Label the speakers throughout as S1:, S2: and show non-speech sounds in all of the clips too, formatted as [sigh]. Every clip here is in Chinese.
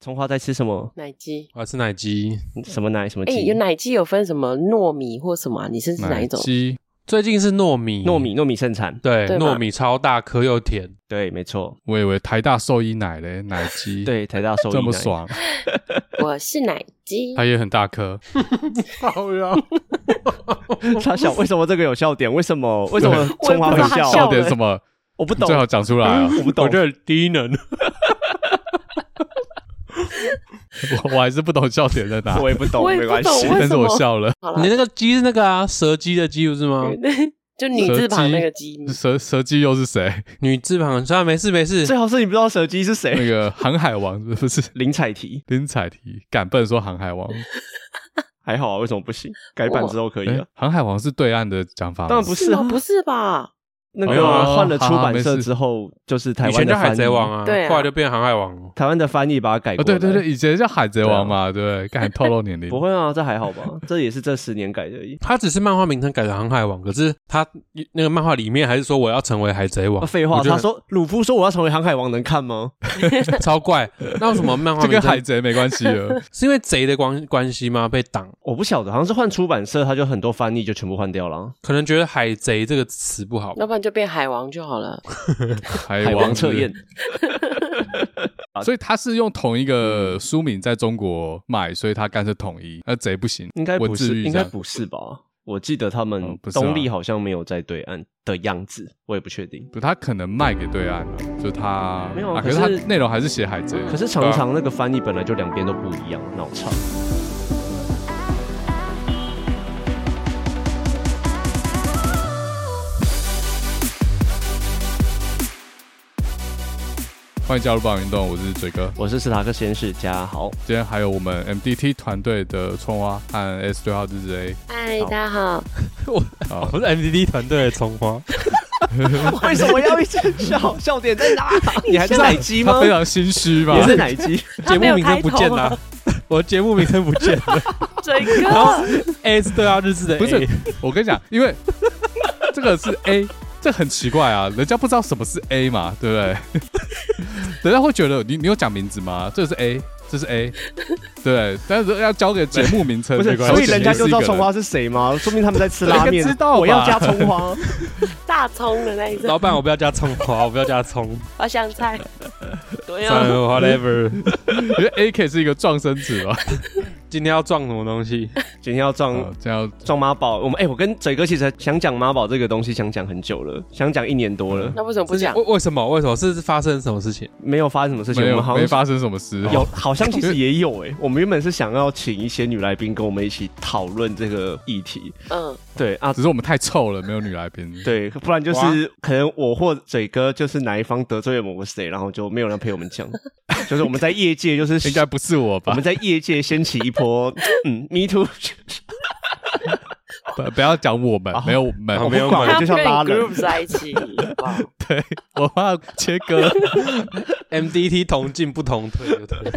S1: 葱花在吃什么？
S2: 奶鸡。
S3: 我要吃啊奶鸡，
S1: 什么奶？什么
S2: 哎、
S1: 鸡？
S2: 有奶鸡有分什么糯米或什么、啊？你是指哪一种？
S3: 鸡。最近是糯米，
S1: 糯，米，糯米盛产。
S3: 对，
S2: 对吧
S3: 糯米超大颗又甜。
S1: 对，没错，
S4: 我以为台大兽医奶嘞，奶
S1: [laughs]
S4: 鸡，，
S1: 对，台大收益
S4: 这么
S1: 奶，
S4: 爽，
S2: 我是奶鸡。
S4: 它也很大颗，
S3: 好呀，
S1: [laughs] 他想为什么这个有笑点？为什么？为什么
S2: 我
S1: 葱
S2: 也不
S1: [laughs] 花
S2: 知
S1: 会
S2: 道他
S1: 笑？
S3: 欸
S2: 笑
S4: 笑点什么？
S1: 我不
S4: 你
S1: 懂
S4: 最，好讲出来啊！
S1: [laughs] 我不懂
S3: 我。觉得很低
S1: [laughs]
S3: 能。
S4: [laughs] 我我还是不懂笑
S1: [laughs]
S4: 点在哪，
S1: 我也不懂，
S2: 我也
S1: 没
S2: 不
S1: 关
S2: 懂
S1: 系
S2: 为。什么
S4: 但是我笑了。
S2: 好
S3: [laughs] 你
S2: 了，
S3: 那个鸡是那个啊，蛇鸡的鸡不是吗？
S2: 就女字旁那个鸡。
S4: 蛇蛇姬又
S1: [laughs]
S4: 是谁？
S3: 女字旁，算了，没事没事。
S1: 最好是你不知道蛇姬是
S4: 那
S1: 谁。
S4: 个航海王是不是
S1: 林采缇
S4: 林采缇？敢笨说航海王？
S1: 还好啊，为什么不行？改版之后可以
S4: 哎
S1: 啊。
S4: 航海王是对岸的讲法吗，
S1: 当然不是啊
S2: 吗，不是吧？
S1: 那
S4: 没有
S1: 个
S4: 啊
S1: 换了出
S4: 好好
S1: 版
S4: 没
S1: 社
S4: 事
S1: 之后，就是台
S3: 以
S1: 湾
S3: 前
S1: 的
S3: 叫海
S1: 翻译
S3: 贼王啊，
S2: 对啊
S3: 后来就变航海王了。
S1: 台湾的翻译把它改
S4: 哦，
S1: 过
S4: 对
S1: 来。
S4: 对对，以前叫海贼王嘛，对不对？敢透露年龄
S1: 啊 [laughs] 不？会啊，这还好吧？这也是这十年改的而已。
S3: 他只是漫画名称改成航海王，可是他那个漫画里面还是说我要成为海贼王
S1: 啊。废话，
S3: 我觉得
S1: 他说鲁夫说我要成为航海王，能看吗？
S3: 超怪。那为什么漫画
S4: 这跟
S3: 名
S4: 海
S3: 称
S4: 贼没关系
S1: [laughs]
S4: 了。
S3: 是因为贼的关关系吗？被挡，
S1: 我不晓得，好像是换出版社，他就很多翻译就全部换掉了。
S3: 可能觉得海贼这个词不好吧。
S2: 要不然就变海王就好了。
S4: 海
S1: 海王测
S4: 是
S1: 验，
S4: 所以他是用同一
S1: 嗯
S4: 个书名在中国卖，所以他干脆统一。那贼不行，
S1: 应该不
S4: 文字
S1: 是，
S4: 狱
S1: 应
S4: 这
S1: 该
S4: 样
S1: 不是吧？我记得他们
S4: 哦不是吗
S1: 东立好像没有在对岸的样子，我也不确定。
S4: 不，他可能卖给对岸了，就他
S1: 没有啊
S4: 啊
S1: 可
S4: 可是他
S1: 是
S4: 内容还是写海贼。
S1: 可是常常那个翻译本来就两边都不一样，脑残。
S4: 欢迎加入棒运动，我是嘴哥。
S1: 我是史塔克实验室家豪，
S4: 今天还有我们 MDT 团队的春花和 S 六号日之 A，
S2: 嗨，大家好，
S3: [laughs]
S4: 好，
S3: 是 MDD 团队的葱花，
S1: 为什么要一直笑？笑点在 [laughs] 哪？你还是奶鸡吗
S4: 他？啊非常心虚吧
S1: 你？是奶
S4: [laughs]
S1: 鸡？
S2: 没
S3: 节目
S2: 有
S3: 名
S2: 开
S3: 称不见
S2: 头啊
S3: 了，我节目名称不见了。
S2: 嘴
S3: 然后
S2: 哥，
S3: S 对啊，日 [laughs] 字的 [laughs] A
S4: 不是，我跟你讲，因为 [laughs] 这个是 A，这很奇怪啊，人家不知道什么是 A 嘛，对不对？ [laughs] 人家会觉得你你有讲名字吗？这是 A，这是 A，对，但是要交给节目名称
S1: 不
S4: 没
S1: 是，
S4: 关系，
S1: 所以人家就知道葱花
S4: 花。
S1: 是谁吗？说明他们在吃
S4: [laughs]
S1: 拉面
S4: 人家知。道吧
S1: 我要加葱
S4: [laughs]
S1: 花，
S2: [laughs] 大葱的那一种，
S3: 老板，我不要加葱花，我不要加葱，
S2: 我香菜。对
S3: 算
S2: 哦，
S3: 了，whatever。
S4: [laughs] 因为 A 可以是一个撞声词吧？
S3: 今天要撞什么东西？
S1: 今天要
S4: 好
S1: 撞
S4: 这样
S1: 撞妈宝。我们哎、我跟嘴哥其实想讲妈宝这个东西，想讲很久了，想讲一年多了，
S2: 那为什么不讲？
S3: 为为什么？为什么是发生什么事情？
S1: 没有发生什么事情。
S4: 没
S1: 我们
S4: 有
S1: 好
S4: 没
S1: 像
S4: 发生什么事，
S1: 有，好像其实也有哎、我们原本是想要请一些女来宾跟我们一起讨论这个议题，
S2: 嗯，
S1: 对啊，
S4: 只是我们太臭了，没有女来宾。
S1: 对，不然就是可能我或嘴哥就是哪一方得罪了某个谁，然后就没有人陪我们
S4: [laughs]
S1: 讲，就是我们在业界就是
S4: 应该不是我
S1: 我
S4: 吧
S1: 们？在业界掀起一波嗯 me too，
S4: 不不要讲我们
S1: 哦，
S4: [laughs] 没有我们，
S1: 我
S3: 没有
S1: 不管
S2: 他
S1: 了，
S2: 不
S1: 就
S2: 跟
S1: 像
S2: 你
S1: 拉人
S2: group。在一起，哇
S4: 对，
S1: [laughs]
S4: 我怕切
S2: [laughs]
S4: 割。
S3: MDT 同进不同退，对不对？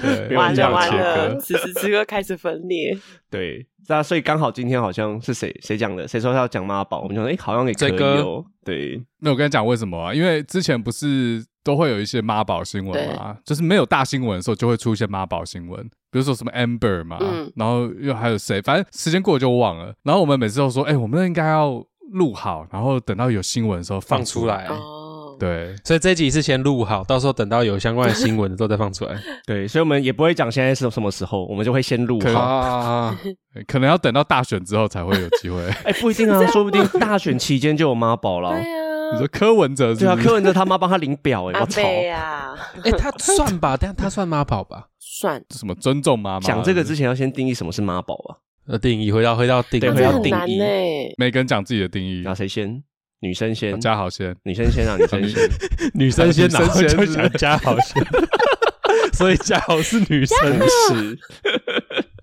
S4: 对，
S1: 有
S2: 完
S1: 人
S2: 了
S1: 讲
S2: 完
S4: 切
S2: 了，
S4: 割。
S2: 此时此刻开始分裂。
S1: 对，那所以刚好今天好像是谁谁讲的，谁说要讲妈宝，我们就说哎、诶好像也可以
S3: 嘴哥
S1: 哦。对，
S4: 那我跟你讲为什么啊？因为之前不是都会有一些妈宝新闻嘛，就是没有大新闻的时候就会出现妈宝新闻，比如说什么 Amber 嘛，
S2: 嗯
S4: 然后又还有谁，反正时间过了就忘了。然后我们每次都说，哎、我们应该要录好，然后等到有新闻的时候
S3: 放
S4: 出
S3: 出。来。
S2: 哦，
S4: 对，
S3: [laughs] 所以这一集是先录好，到时候等到有相关的新闻的时候再放出来。 [laughs]
S1: 对，所以我们也不会讲现在是什么时候，我们就会先录
S4: 可
S1: 好。
S3: 啊，
S2: [laughs]
S4: 可能要等到大选之后才会有机
S1: [laughs]
S4: 会。
S1: 哎、不一定啊，说不定大选期间就有妈宝啦。
S2: 对啊
S4: 你，说柯文哲是
S1: 对啊，
S4: 不是？
S1: 柯文哲他妈帮他领 [laughs] 表哎、
S2: 阿
S1: 我操！
S2: 贝啊，
S3: 哎，他算吧，但他算妈宝吧？
S2: 算
S4: 什么尊重妈妈？
S1: 讲这个之前要先定义什么是妈宝啊，
S3: 呃，定义回到回到定
S1: 对
S2: 那
S1: 回
S3: 义，
S2: 哦这
S1: 到
S2: 很
S1: 定
S2: 难欸
S1: 义
S2: 呢。
S4: 每个人讲自己的定义
S1: 然。后谁先？女生先，
S4: 嘉豪先，
S1: 女生先啊，女生先。啊
S3: [laughs] 女生先，
S4: 女
S3: 然
S4: 生
S3: 后
S4: 先
S3: 就想加好先， [laughs] 所以加好是女生。
S1: 不是，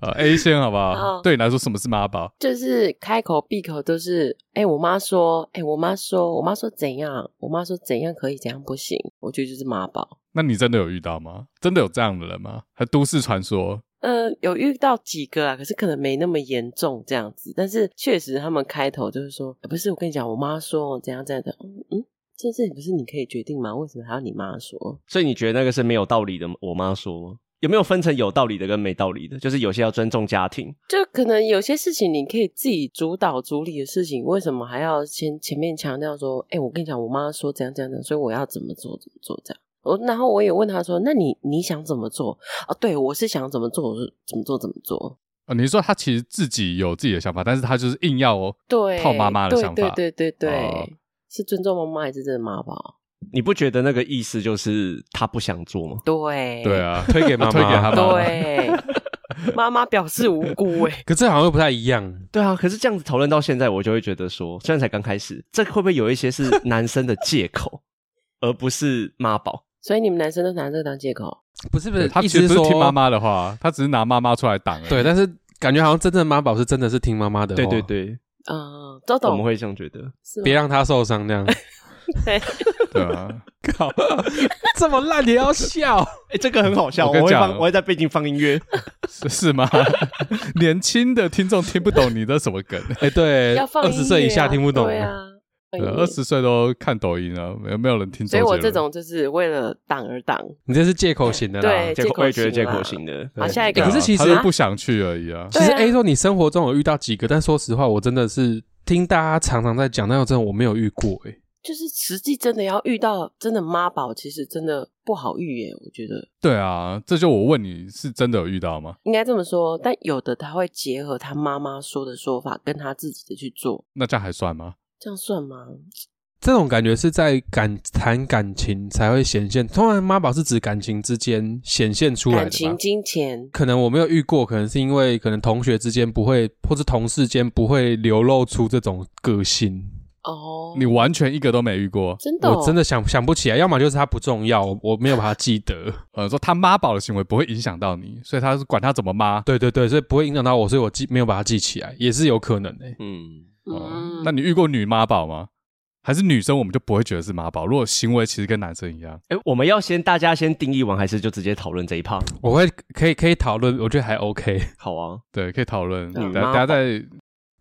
S4: 呃，A 先好不好
S2: 好？
S4: 对你来说，什么是妈宝？
S2: 就是开口闭口都是，哎、我妈说，哎、我妈说，我妈说怎样，我妈说怎样可以，怎样不行，我觉得就是妈宝。
S4: 那你真的有遇到吗？真的有这样的人吗？还都市传说？
S2: 呃，有遇到几个啊，可是可能没那么严重这哎样子，但是确实他们开头就是说，呃不是我跟你讲，我妈说怎样怎样的，嗯嗯，这事情不是你可以决定吗？为什么还要你妈说？
S1: 所以你觉得那个是没有道理的吗？我妈说吗？有没有分成有道理的跟没道理的？就是有些要尊重家庭，
S2: 就可能有些事情你可以自己主导主理的事情，为什么还要先前面强调说，哎、我跟你讲，我妈说怎样怎样怎样，所以我要怎么做怎么做这样。我然后我也问他说，那你你想怎么做啊？对我是想怎么做，我是怎么做怎么做。
S4: 呃你说他其实自己有自己的想法，但是他就是硬要哦，
S2: 对，
S4: 套妈妈的想法，
S2: 对对对对对，
S4: 哦
S2: 是尊重妈妈还是真的妈宝？
S1: 你不觉得那个意思就是他不想做吗？
S2: 对
S4: 对啊，
S3: 推给妈妈
S4: [laughs] 推给他妈妈，
S2: 对，妈妈表示无辜哎、
S3: 可这好像又不太一样。
S1: 对啊，可是这样子讨论到现在，我就会觉得说，虽然才刚开始，这会不会有一些 [laughs] 是男生的借口，而不是妈宝？
S2: [laughs] 所以你们男生都拿这个当借口，
S3: 不是不
S4: 对
S3: 是，
S4: 他
S3: 意
S4: 其
S3: 思
S4: 实不
S3: 说
S4: 是听妈妈的话，他只是拿妈妈出来挡而已。
S3: 对，但是感觉好像真正的妈宝是真的是听妈妈的话，
S1: 对对，对，
S2: 嗯，
S1: 哦
S2: 都
S1: 我
S2: 懂
S1: 们会这样觉得。
S2: 是吗
S3: 别让她受伤这样。
S2: 对
S4: 对啊，
S3: [laughs] 靠， [laughs] 这么烂也要笑？
S1: 哎，这个很好笑，
S4: 我
S1: 我
S4: 跟你
S1: 会
S4: 讲
S1: 放，我会在背景放音乐。
S4: 是是吗？ [laughs] 年轻的听众听不懂你的什么梗，
S3: [laughs] 哎，
S2: [laughs]
S3: 对，
S2: 要放
S3: 二
S2: 音乐
S3: 十
S2: 啊
S3: 岁以下听不懂
S2: 对。啊，放音乐
S4: 欸二十岁都看抖音了，没有没有人听
S2: 所
S4: 周杰
S2: 以
S4: 伦。
S2: 我这种就是为了挡而挡。
S3: 你这是借口型的啦
S2: 对。
S1: 借口我也觉得
S2: 借
S1: 借
S2: 口
S1: 口
S2: 型
S1: 型的。
S2: 好，
S3: 对
S2: 下一个。
S3: 欸可是其实
S4: 啊他就不想去而已啊。
S3: 其实
S2: 对啊
S3: A 说你生活中有遇到几个，但说实话，我真的是听大家常常在讲，但我真的我没有遇过哎、
S2: 就是实际真的要遇到真的妈宝，其实真的不好遇耶。我觉得
S4: 对啊，这就我问你是真的有遇到吗？
S2: 应该这么说，但有的他会结合他妈妈说的说法，跟他自己的去做，
S4: 那这样还算吗？
S2: 这样算吗？
S3: 这种感觉是在感谈感情才会显现，通常妈宝是指感情之间显现出来
S2: 感
S3: 的
S2: 情、
S3: 吧。
S2: 金钱，
S3: 可能我没有遇过，可能是因为可能同学之间不会，或是同事间不会流露出这种个性。
S2: 哦，
S4: 你完全一个都没遇过。
S2: 真的哦、
S3: 我真的想想不起来，要么就是他不重要，我我没有把他记得。
S4: 呃，说他妈宝的行为不会影响到你，所以他是管他怎么妈。
S3: 对对对，所以不会影响到我，所以我记没有把他记起来，也是有可能欸诶、
S1: 嗯，
S4: 哦
S2: 嗯，
S4: 那你遇过女妈宝吗？还是女生我们就不会觉得是妈宝？如果行为其实跟男生一样，
S1: 哎，我们要先大家先定义完，还是就直接讨论这一趴？
S3: 我会可以可以讨论，我觉得还 OK。
S1: 好啊，
S4: 对，可以讨论。
S2: 女
S4: 等
S2: 妈
S4: 下
S2: 宝
S4: 等下再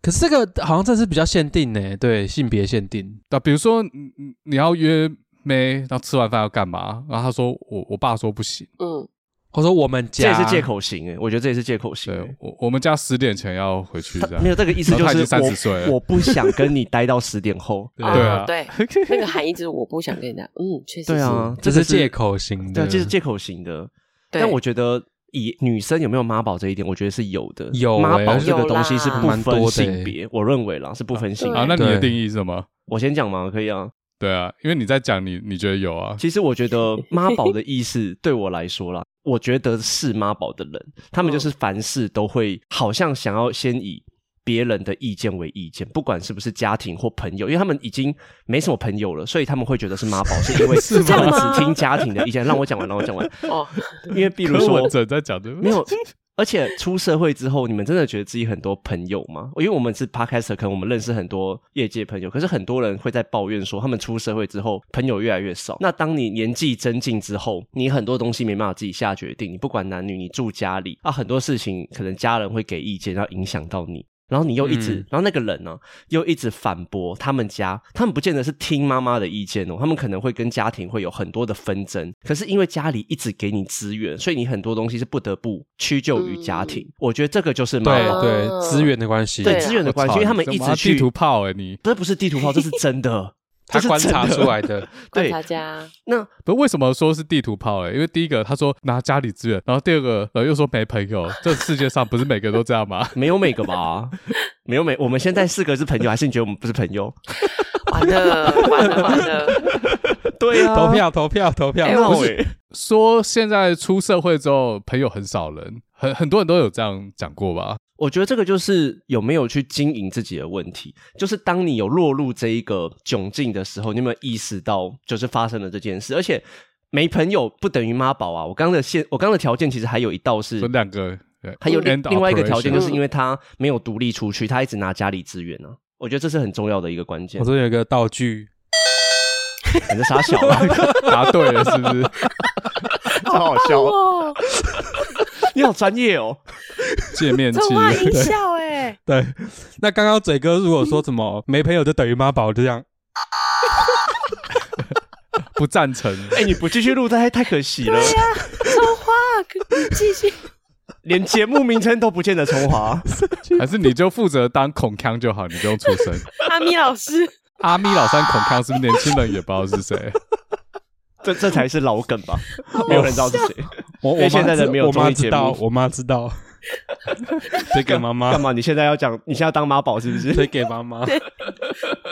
S3: 可是这个好像这是比较限定呢，对性别限定。
S4: 那比如说，你你你要约妹，然后吃完饭要干嘛？然后他说我我爸说不行，
S2: 嗯，
S3: 或者说我们
S1: 这
S3: 家
S1: 也是借，口型哎，我觉得这也是借口型
S4: 对
S1: 欸。
S4: 我我们家十点前要回去这
S1: 他
S4: 样
S1: 没。有这个意思，
S4: 然
S1: 就
S4: 后他已
S1: 是
S4: 经30岁了
S1: 我我不想跟你待到十点后。
S3: 对
S4: 对
S2: 哦
S4: 啊
S2: 对， [laughs] 那个含义就是我不想跟你讲，嗯，确实
S1: 对
S2: 是，
S1: 啊，
S3: 这
S1: 个
S3: 是借口型
S1: 对
S3: 的，
S1: 啊，这是借口型的。
S2: 对
S1: 但我觉得以女生有没有妈宝这一点，我觉得是有的。
S3: 有欸
S1: 妈宝这个东西是
S2: 有啦
S1: 不
S3: 蛮多的
S1: 分
S3: 欸
S1: 性别，我认为啦是不分性
S2: 对
S1: 别。
S4: 啊，那你的
S3: 对
S4: 定义是什么？
S1: 我先讲嘛，可以啊。
S4: 对啊，因为你在讲你你觉得有啊，
S1: 其实我觉
S4: [laughs]
S1: 得妈宝的意思对我来说啦，我觉得是妈宝的人，他
S4: 嗯
S1: 们就是凡事都会好像想要先以。别人的意见为意见，不管是不是家庭或朋友，因为他们已经没什么朋友了，所以他们会觉得是妈宝，是因为
S4: [laughs] 是吗
S1: 他们只听家庭的意见。让我讲完，让我
S4: [laughs]
S1: 讲完。
S2: 哦，
S1: 因为比如
S4: 柯
S1: 说
S4: 文，哲 [laughs] 在讲的
S1: 没有，而且出社会之后，你们真的觉得自己很多朋友吗？因为我们是 podcaster，可能我们认识很多业界朋友，可是很多人会在抱怨说，他们出社会之后朋友越来越少。那当你年纪增进之后，你很多东西没办法自己下决定，你不管男女，你住家里啊，很多事情可能家人会给意见，然后影响到你。然后你又一直，
S3: 嗯
S1: 然后那个人呢、又一直反驳他们家，他们不见得是听妈妈的意见哦，他们可能会跟家庭会有很多的纷争。可是因为家里一直给你资源，所以你很多东西是不得不屈就于家庭。我觉得这个就是妈
S3: 对
S1: 宝，
S3: 对资源的关系，
S1: 对
S2: 嗯哦对啊
S1: 资源的关系，因为他们一直去
S4: 地图，炮哎，你
S1: 这不是地图炮，这是真的，
S3: 他
S1: 这是
S3: 观
S1: 真的
S3: 察出。来的。
S2: 观
S1: 对
S2: 察家，
S1: 那
S4: 不为什么说是地图炮哎？因为第一个他说拿家里资源，然后第二个呃又说没朋友，这世界上不是每个都这
S1: [laughs]
S4: 样吗？
S1: 没有每个
S2: [laughs]
S1: 吧，没有每，我们现在四个是朋友，还是你觉得我们不是朋友？
S2: 完了完了完了，
S1: [laughs] 对啊，
S3: 投票投票投票
S2: 哎，
S1: 闹
S2: 我
S1: 欸
S4: 说现在出社会之后朋友很少人，很很多人都有这样讲过吧？
S1: 我觉得这个就是有没有去经营自己的问题。就是当你有落入这一个窘境的时候，你有没有意识到就是发生了这件事？而且没朋友不等于妈宝啊！我刚刚的现，我刚刚的条件其实还有一道是
S4: 说，两个，对
S1: 还有
S4: end
S1: 另外一个条件，
S4: operation
S1: 就是因为他没有独立出去，他一直拿家里资源啊。我觉得这是很重要的一个关键
S3: 我。这边有一个道具，
S1: 反正傻啊小了，
S4: 答对了，是不是？
S1: [laughs] 超好笑！
S2: 哇，
S1: 你好专业哦。
S4: 界面器
S2: 这话音效哎。
S3: [laughs] 对。
S1: [laughs]
S3: 那刚刚嘴哥如果说什么没朋友就等于妈宝，就这样，
S4: 不赞成。
S1: [laughs] 哎、你不继续录，太太可惜了，
S2: 超话啊继续。
S1: 连节目名称都不见得重 [laughs] 华。啊
S4: 还是你就负责当孔康就好，你不用出
S1: [laughs]
S4: 声。
S2: [laughs] 阿咪老师，
S4: 阿咪老三孔康是不是年轻人也不知道是谁？
S1: 这这才是老梗吧？没有人知道是谁。
S3: 我
S1: 因为
S3: 我
S1: 现在
S3: 妈
S1: 的
S3: 知
S1: 没有
S3: 我
S1: 综
S3: 妈
S1: 艺节
S3: 知道，
S1: 目
S3: 我妈
S1: [laughs]
S3: 知道，推给妈妈
S1: 干，嘛？你现在要讲？你现在要当妈宝是不是？
S3: [laughs] 推给妈妈。
S1: [laughs]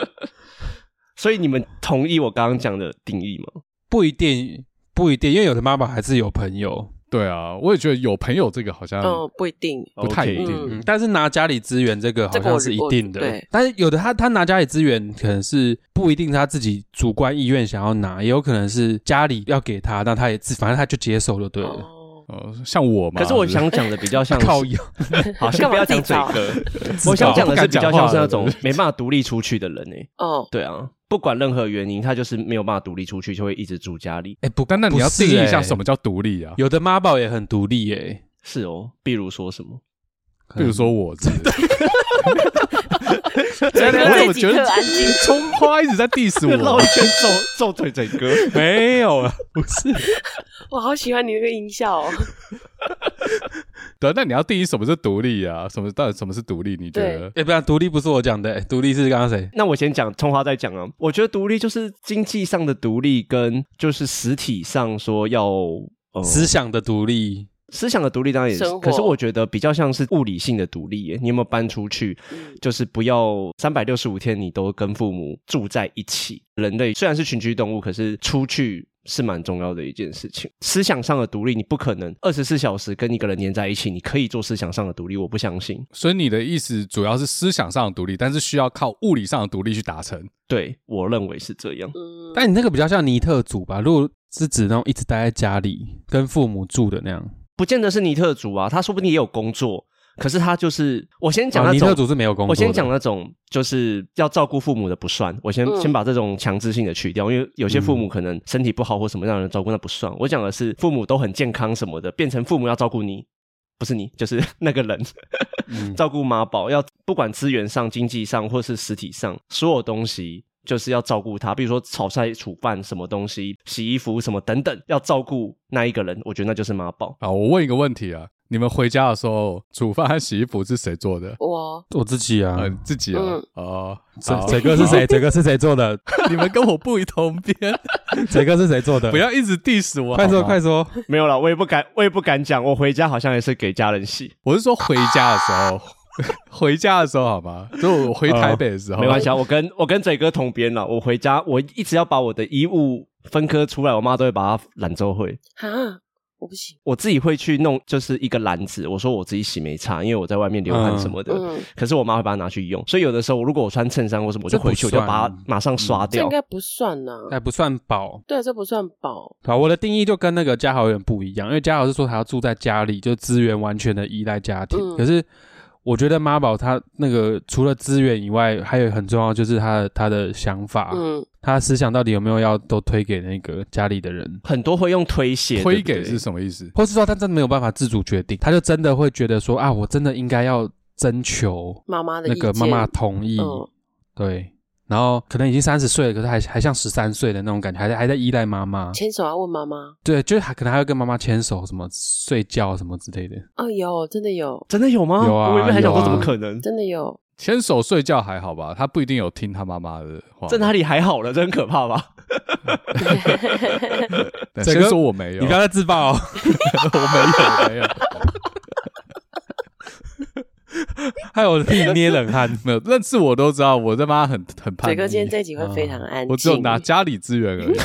S1: 所以你们同意我刚刚讲的定义吗？
S3: 不一定，不一定，因为有的妈妈还是有朋友，
S4: 对啊，我也觉得有朋友这个好像
S2: 哦，不一定，
S4: 不太一
S1: OK
S4: 定。
S2: 嗯
S3: 嗯，但是拿家里资源这个好
S2: 这个我
S3: 像是一
S2: 我
S3: 定的，
S2: 对
S3: 但是有的他他拿家里资源可能是不一定他自己主观意愿想要拿，也有可能是家里要给他，那他也自反正他就接受了，对了。
S2: 哦，
S4: 哦，像我嘛，
S1: 可是我
S4: 就是
S1: 想讲的比较
S4: [laughs]
S1: 像是，
S3: 靠腰，
S1: [laughs] 好，先不要讲嘴
S2: 干嘛
S1: 哥。
S3: 自
S1: 我想
S3: 保
S1: 讲的是比较像是那种
S4: 不敢讲话了
S1: 没办法独立出去的人诶、
S4: [laughs]
S2: 哦，
S1: 对啊，不管任何原因，他就是没有办法独立出去，就会一直住家里。
S3: 哎，不，
S4: 但那你要
S3: 不是
S4: 定义一下
S3: 欸
S4: 什么叫独立啊？
S3: 有的妈宝也很独立诶，
S1: 是哦，比如说什么？
S3: 可
S4: 比
S3: 能
S4: 如说我是不是，
S2: 整
S4: 我
S2: 个
S4: 怎
S2: 这
S4: 么
S2: 几
S4: 觉
S2: 刻
S4: 得
S2: 安静。
S4: 葱花一直在 diss
S1: [laughs] 绕
S4: 我
S1: 一？圈揍揍腿整哥，
S3: 没有啊，不是，
S2: [laughs] 我好喜欢你那个音效
S4: [laughs]
S2: 哦。
S4: [laughs] 对，那你要定义什么是独立啊？什么到底什么是独立？你觉得？
S3: 哎，不然独立不是我讲的欸，独立是刚刚谁？
S1: 那我先讲，葱花再讲啊。我觉得独立就是经济上的独立，跟就是实体上说要。呃
S3: 思想的独立，
S1: 思想的独立当然也是
S2: 生，活
S1: 可是我觉得比较像是物理性的独立耶。你有没有搬出去？
S2: 嗯
S1: 就是不要三百六十五天你都跟父母住在一起。人类虽然是群居动物，可是出去是蛮重要的一件事情。思想上的独立，你不可能二十四小时跟一个人黏在一起。你可以做思想上的独立，我不相信。
S4: 所以你的意思主要是思想上的独立，但是需要靠物理上的独立去达成。
S1: 对我认为是这样。
S2: 嗯，
S3: 但你那个比较像尼特族吧？如果是指那种一直待在家里跟父母住的那样，
S1: 不见得是尼特族啊，他说不定也有工作，可是他就是我先讲
S3: 哦
S1: 那
S3: 尼
S1: 种、
S3: 特族是没有工作的
S1: 我先讲那种就是要照顾父母的不算，我先、
S2: 嗯
S1: 先把这种强制性的去掉，因为有些父
S3: 嗯
S1: 母可能身体不好或什么让人照顾那不算。我讲的是父母都很健康什么的，变成父母要照顾你。不是你，就是那个人、[laughs]
S3: 嗯
S1: 照顾妈宝，要不管资源上、经济上或是实体上，所有东西就是要照顾他。比如说炒菜、煮饭什么东西、洗衣服什么等等，要照顾那一个人，我觉得那就是妈
S3: [laughs]
S1: 宝。
S4: 啊，我问一个问题啊，你们回家的时候煮饭和洗衣服是谁做的？
S2: 我
S3: 我自己啊
S4: 呃，，自己啊
S2: 嗯，
S4: 哦，
S3: 整
S4: 好
S3: 整个是？谁？整个是谁做的？
S4: 好 [laughs] 你们跟我不一同
S3: [laughs]
S4: 边，
S3: 整个是谁做的？
S4: 不，要一直 diss 我。
S3: 快说
S4: 好吗
S3: 快！说！
S1: 没有啦，我也不敢，我也不敢讲。我回家好像也是给家人洗，
S4: 我是说回家的时候， [laughs] 回家的时候好吗？就我回台北的时候，
S1: 没关系啊。我跟我跟嘴哥同编了，我回家我一直要把我的衣物分割出来，我妈都会把它揽周会。
S2: 哈，我不行。
S1: 我自己会去弄，就是一个篮子。我说我自己洗没差，因为我在外面流汗什么的。
S2: 嗯，
S1: 可是我妈会把它拿去用，所以有的时候如果我穿衬衫或什么，我就
S3: 这不
S1: 回去我就
S3: 算
S4: 嗯
S1: 把它马上刷
S2: 这
S1: 掉
S2: 应。该不算呐。
S3: 哎还不算饱。
S2: 对，啊这不算宝。
S3: 好，我的定义就跟那个嘉豪有点不一样，因为嘉豪是说他要住在家里，就资源完全的依赖家庭。
S2: 嗯
S3: 可是我觉得妈宝他那个除了资源以外，还有很重要就是他的他的想
S4: 啊
S3: 法，
S2: 嗯，
S3: 他的思想到底有没有要都推给那个家里的人，
S1: 很多会用推卸，
S4: 推
S1: 对
S4: 给
S1: 不对
S4: 是什么意思？
S3: 或是说他真的没有办法自主决定，他就真的会觉得说啊，我真的应该要征求
S2: 妈妈的
S3: 那个
S2: 意见
S3: 妈妈同意，
S2: 嗯
S3: 对。然后可能已经三十岁了，可是还还像十三岁的那种感觉，还在还在依赖妈妈。
S2: 牵手要问妈妈。
S3: 对，就是还可能还要跟妈妈牵手，什么睡觉什么之类的。
S2: 哦，有，真的有，
S1: 真的有吗？
S3: 有啊
S1: 我原本还想说
S3: 有啊
S1: 怎么可能，
S2: 真的有。
S4: 牵手睡觉还好吧？他不一定有听他妈妈的话。
S1: 在哪里还好了，这很可怕吧？
S4: 对
S3: 整
S4: 先
S3: 个
S4: 说我没有，
S3: 你不要再自爆、哦，
S4: [laughs] 我没有，没有，
S3: 害我自己捏冷汗。
S4: [laughs] 没有。认识我都知道，我他妈很很叛
S2: 嘴哥
S4: 逆。啊
S2: 今天这集会非常安静，
S4: 我只有拿家里资源而已。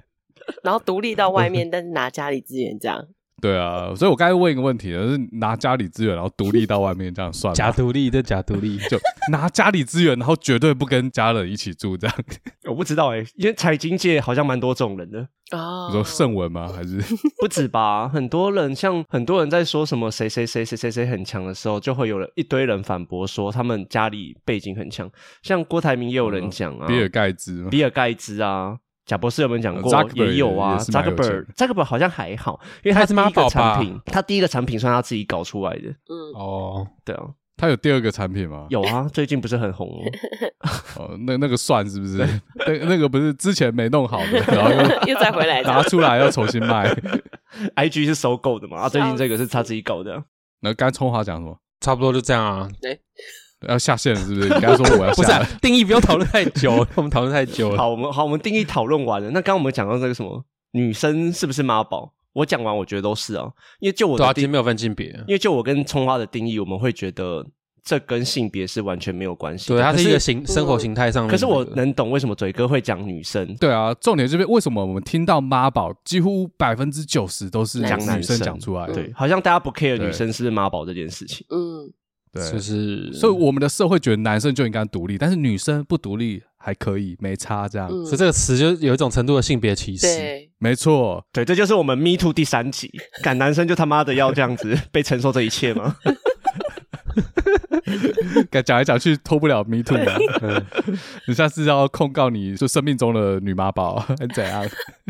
S2: [laughs] 然后独立到外
S4: [laughs]
S2: 面，但是拿家里资源这样。
S4: [laughs] 对啊，所以我刚才问一个问题，就是拿家里资源，然后独立到外面，这样算
S3: 假
S4: 吗？
S3: 独立，这假独立。
S4: 就拿家里资源，然后绝对不跟家人一起住，这样。
S1: [laughs] 我不知道哎、因为财经界好像蛮多种人的。
S2: 哦，
S4: 你说圣文吗？还是
S1: [laughs] 不止吧，很多人像很多人在说什么谁谁谁谁谁谁很强的时候，就会有人一堆人反驳说他们家里背景很强，像郭台铭也有人讲啊，
S4: 嗯比尔盖茨吗？
S1: 比尔盖茨啊，贾博士有没有讲过？
S4: Zuckerberg
S1: 也有啊，
S4: 也是
S1: 扎
S4: 蛮
S1: 克
S4: 有
S1: 伯
S4: 钱
S1: 尔
S4: 的，
S1: 扎克伯尔好像还好，因为他
S3: 他是妈
S1: 第一个
S3: 宝吧
S1: 产品，他第一个产品算他自己搞出来的，
S2: 嗯，
S3: 哦，
S1: 对啊，
S4: 他有第二个产品吗？
S1: 有啊，最近不是很红哦， [laughs]
S4: 哦，那那个蒜是不是？那那个不是之前没弄好的，然后
S2: [laughs]
S4: 又
S2: 又再回来这样
S4: 拿出来要重新卖。 [laughs]
S1: IG 是收购的嘛，啊，最近这个是他自己搞的。啊
S4: 那刚才聪华讲什么？
S3: 差不多就这样啊。
S4: 要下线了是不是？你刚才说我要
S3: [laughs] 不是、
S4: 下
S3: 啊
S4: 了，、
S3: 定义不用讨论太久，我们讨论太久了。
S1: 好，我们好，我们定义讨论完了。那刚刚我们讲到那个什么，女生是不是妈宝？我讲完，我觉得都是啊，因为就我
S3: 对啊，
S1: 的定，
S3: 今天没有分性别，
S1: 因为就我跟葱花的定义，我们会觉得这跟性别是完全没有关系的。
S3: 对，它
S1: 可
S3: 是
S1: 是
S3: 一个形生活形态上面
S1: 可
S3: 的那
S1: 是
S3: 个。
S1: 我能懂为什么嘴哥会讲女生，
S4: 对啊，重点这边为什么我们听到妈宝几乎百分之九十都是
S2: 讲
S4: 女
S1: 男
S4: 生
S1: 生
S4: 讲出来的？
S1: 对，好像大家不 care
S4: 对
S1: 女生是不是妈宝这件事情。
S2: 嗯，
S4: 对，
S3: 就是，
S4: 所以我们的社会觉得男生就应该独立，但是女生不独立还可以，没差这样。
S2: 嗯
S3: 所以这个词就有一种程度的性别歧视。
S2: 对，
S4: 没错，
S1: 对，这就是我们 Me Too 第三
S3: [laughs]
S1: 集，敢男生就他妈的要这样子被承受这一切
S3: [laughs]
S1: 吗？
S4: 该讲来讲去脱不了 Me Too 嘛。 [laughs] 你下次要控告你就生命中的女妈宝， [laughs] 还是怎样？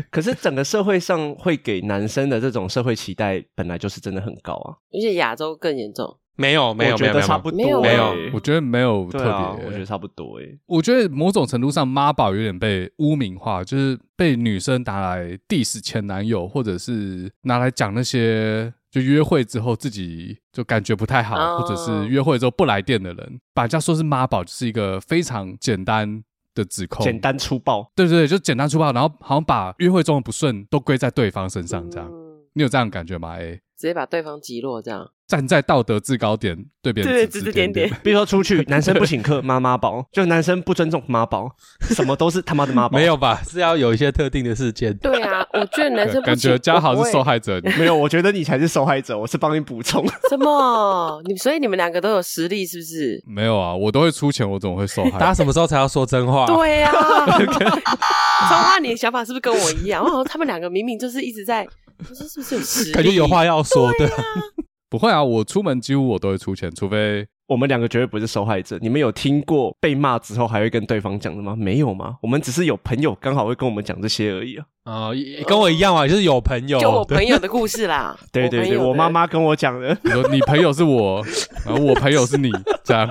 S1: 可是整个社会上会给男生的这种社会期待，本来就是真的很高啊。
S2: 而且亚洲更严重。
S3: 没有，没有，
S1: 我觉
S3: 没有，
S1: 得
S3: 没有
S1: 差不多、
S2: 没有
S1: 欸，
S2: 没有
S4: 我觉得没有特
S1: 对
S4: 别、
S1: 啊，我觉得差不多哎、欸。
S4: 我觉得某种程度上，妈宝有点被污名化，就是被女生拿来 diss 前男友，或者是拿来讲那些就约会之后自己就感觉不太好，
S1: 啊
S2: 哦
S4: 或者是约会之后不来电的人，把人家说是妈宝，就是一个非常简单的指控。
S1: 简，单粗暴。
S4: 对对对，就简单粗暴，然后好像把约会中的不顺都归在对方身上，这样。
S2: 嗯
S4: 你有这样的感觉吗？哎，
S2: 直接把对方击落，这样
S4: 站在道德制高点对别人
S2: 对
S4: 指
S2: 指
S4: 指
S2: 指
S4: 点
S2: 点点
S1: 比如说出去，男生不请客，妈妈宝；就男生不尊重妈宝，什么都是他妈的妈宝。
S3: 没有吧？是要有一些特定的事件。
S2: 对啊，我觉得男生
S4: [laughs] 对感觉嘉豪是受害者，你
S1: 没有，我觉得你才是受害者，我是帮你补充。
S2: 什么？你所以你们两个都有实力是不是？
S4: 没有啊，我都会出钱，我怎么会受
S2: [laughs]
S4: 害？
S3: 大家什么时候才要说真话？
S2: 对呀、啊， [laughs] 超话你的想法是不是跟我一样？哦，他们两个明明就是一直在，我说是不是有实力？
S3: 感觉有话要说，对啊， [laughs]
S4: 不会啊，我出门几乎我都会出钱，除非
S1: 我们两个绝对不是受害者。你们有听过被骂之后还会跟对方讲的吗？没有吗？我们只是有朋友刚好会跟我们讲这些而已啊。
S3: 啊，也跟我一样嘛，就是有朋友，
S2: 就我
S3: 对
S2: 朋友的故事啦。
S1: 对对
S2: 朋
S1: 对，
S2: 友的
S1: 我妈妈跟我讲的。
S4: 你说你朋友是我，然后我朋友是你，这样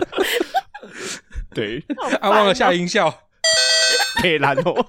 S1: [laughs] 对，
S3: 啊，忘了下音效。
S1: 佩兰 [laughs] 哦，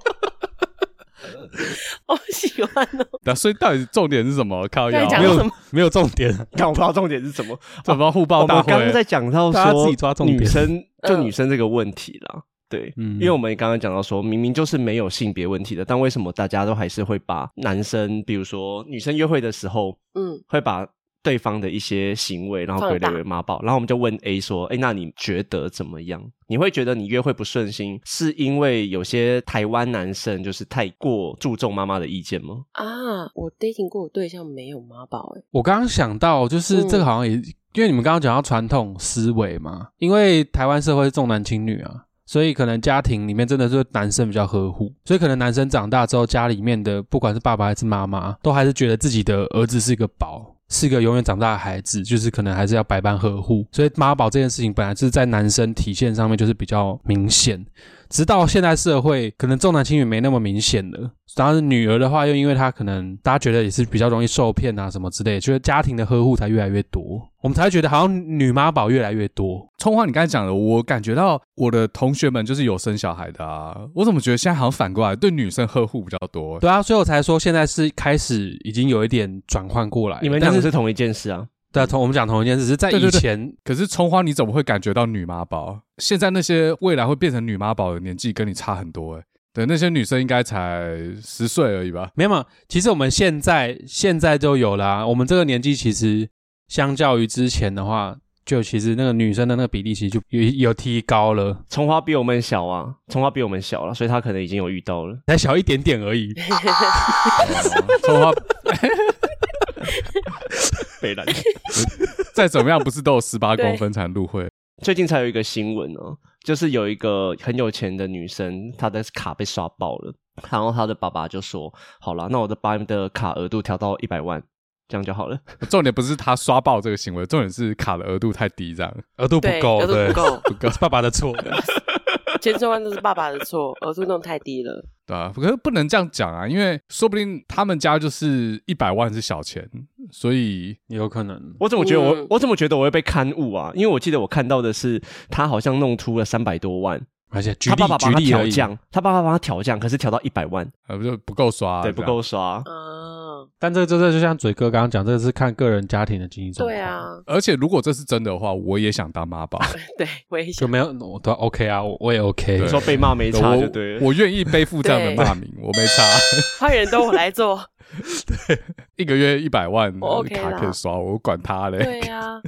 S2: 我喜欢哦，
S4: 那所以到底重点是什么？靠
S2: 在
S4: 腰，
S2: 讲
S4: 没有
S2: 什么？
S3: 没有重点，
S1: 但我不知道重点是什么。
S4: 怎么互
S1: 我
S4: 爆大
S1: 们
S4: 会？
S1: 刚刚在讲到
S3: 大家
S1: 说
S3: 自己抓重点
S1: 女生就
S2: 嗯
S1: 女生这个问题啦。对，
S3: 嗯
S1: 因为我们刚刚讲到说，明明就是没有性别问题的，但为什么大家都还是会把男生，比如说女生约会的时候，
S2: 嗯，
S1: 会把对方的一些行为，然后归类
S2: 放大
S1: 为妈宝，然后我们就问 A 说：“哎，那你觉得怎么样？你会觉得你约会不顺心，是因为有些台湾男生就是太过注重妈妈的意见吗
S2: 啊，我 dating 过的对象没有妈宝哎、
S3: 我刚刚想到，就是
S2: 嗯
S3: 这个好像也，因为你们刚刚讲到传统思维嘛，因为台湾社会是重男轻女啊，所以可能家庭里面真的是男生比较呵护，所以可能男生长大之后，家里面的不管是爸爸还是妈妈，都还是觉得自己的儿子是一个宝。是一个永远长大的孩子，就是可能还是要百般呵护，所以妈宝这件事情本来就是在男生体现上面就是比较明显，直到现代社会，可能重男轻女没那么明显了。然后女儿的话，又因为她可能大家觉得也是比较容易受骗啊什么之类的，觉得家庭的呵护才越来越多，我们才会觉得好像女妈宝越来越多。
S4: 葱花，你刚才讲的，我感觉到我的同学们就是有生小孩的啊，我怎么觉得现在好像反过来对女生呵护比较多？
S3: 对啊，所以我才说现在是开始已经有一点转换过来了。？”
S1: 你们
S3: 哎但
S1: 讲的
S3: 是
S1: 是同一件事啊？
S3: 对啊，同我们讲同一件事，只是在
S4: 对
S3: 以
S4: 对对
S3: 前
S4: 可是葱花，你怎么会感觉到女妈宝？现在那些未来会变成女妈宝的年纪跟你差很多哎、对，那些女生应该才十岁而
S2: [laughs]
S4: 已吧？
S3: 没有，没有其实我们现在现在就有啦、啊我们这个年纪，其实相较于之前的话，就其实那个女生的那个比例其实就有有提高了，
S1: 葱花比我们小啊，葱花比我们小了，所以他可能已经有遇到
S3: [laughs]
S1: 了。
S3: 才小一点点而已。
S4: 葱花
S1: [laughs] 北兰
S4: 再怎么样不是都有十八
S2: 对
S4: 公分才入会？
S1: 最近才有一个新闻哦，就是有一个很有钱的女生，她的卡被刷爆了，然后她的爸爸就说：“好啦，那我的把你的卡额度调到一百万，这样就好了。”
S4: 重点不是他刷爆这个行为，重点是卡的额度太低，这样
S3: 额度不
S2: 对，
S3: 够，
S2: 额度
S3: 对
S2: 不，够，
S3: 不够，是 [laughs] 爸爸的错。
S2: 千千万都是爸爸的错， [laughs] 额度弄太低了。
S4: 对啊，可是不能这样讲啊，因为说不定他们家就是一百万是小钱，所以
S3: 有可能。
S1: 我怎么觉得我、
S2: 嗯
S1: 我怎么觉得我会被刊物啊？因为我记得我看到的是他好像弄出了三百多万，
S3: 而且举
S1: 他
S3: 例
S1: 爸爸
S3: 举
S1: 帮他
S3: 例
S1: 调
S3: 而已，
S1: 降，他爸爸帮他调降，可是调到一百万，
S4: 呃，不就不够刷，
S1: 对，不够刷。
S2: 啊，
S3: 但这个这这就像嘴哥刚刚讲，这个是看个人家庭的经济状况。
S2: 对，啊，
S4: 而且如果这是真的话，我也想当妈宝，
S2: 对，我也
S3: 就
S2: 想，
S3: 没有我都 OK 啊，我我也 OK
S1: 你
S4: 对。
S1: 说被骂 [laughs] 没差就对了。
S4: 我我愿意背负这样
S2: 对
S4: 的骂名，我没差， [laughs]
S2: 坏人都我来做，
S4: 一个月一百万
S2: 我 OK
S4: 卡
S2: 啦
S4: 可以刷，我管他嘞
S2: 对。啊呀，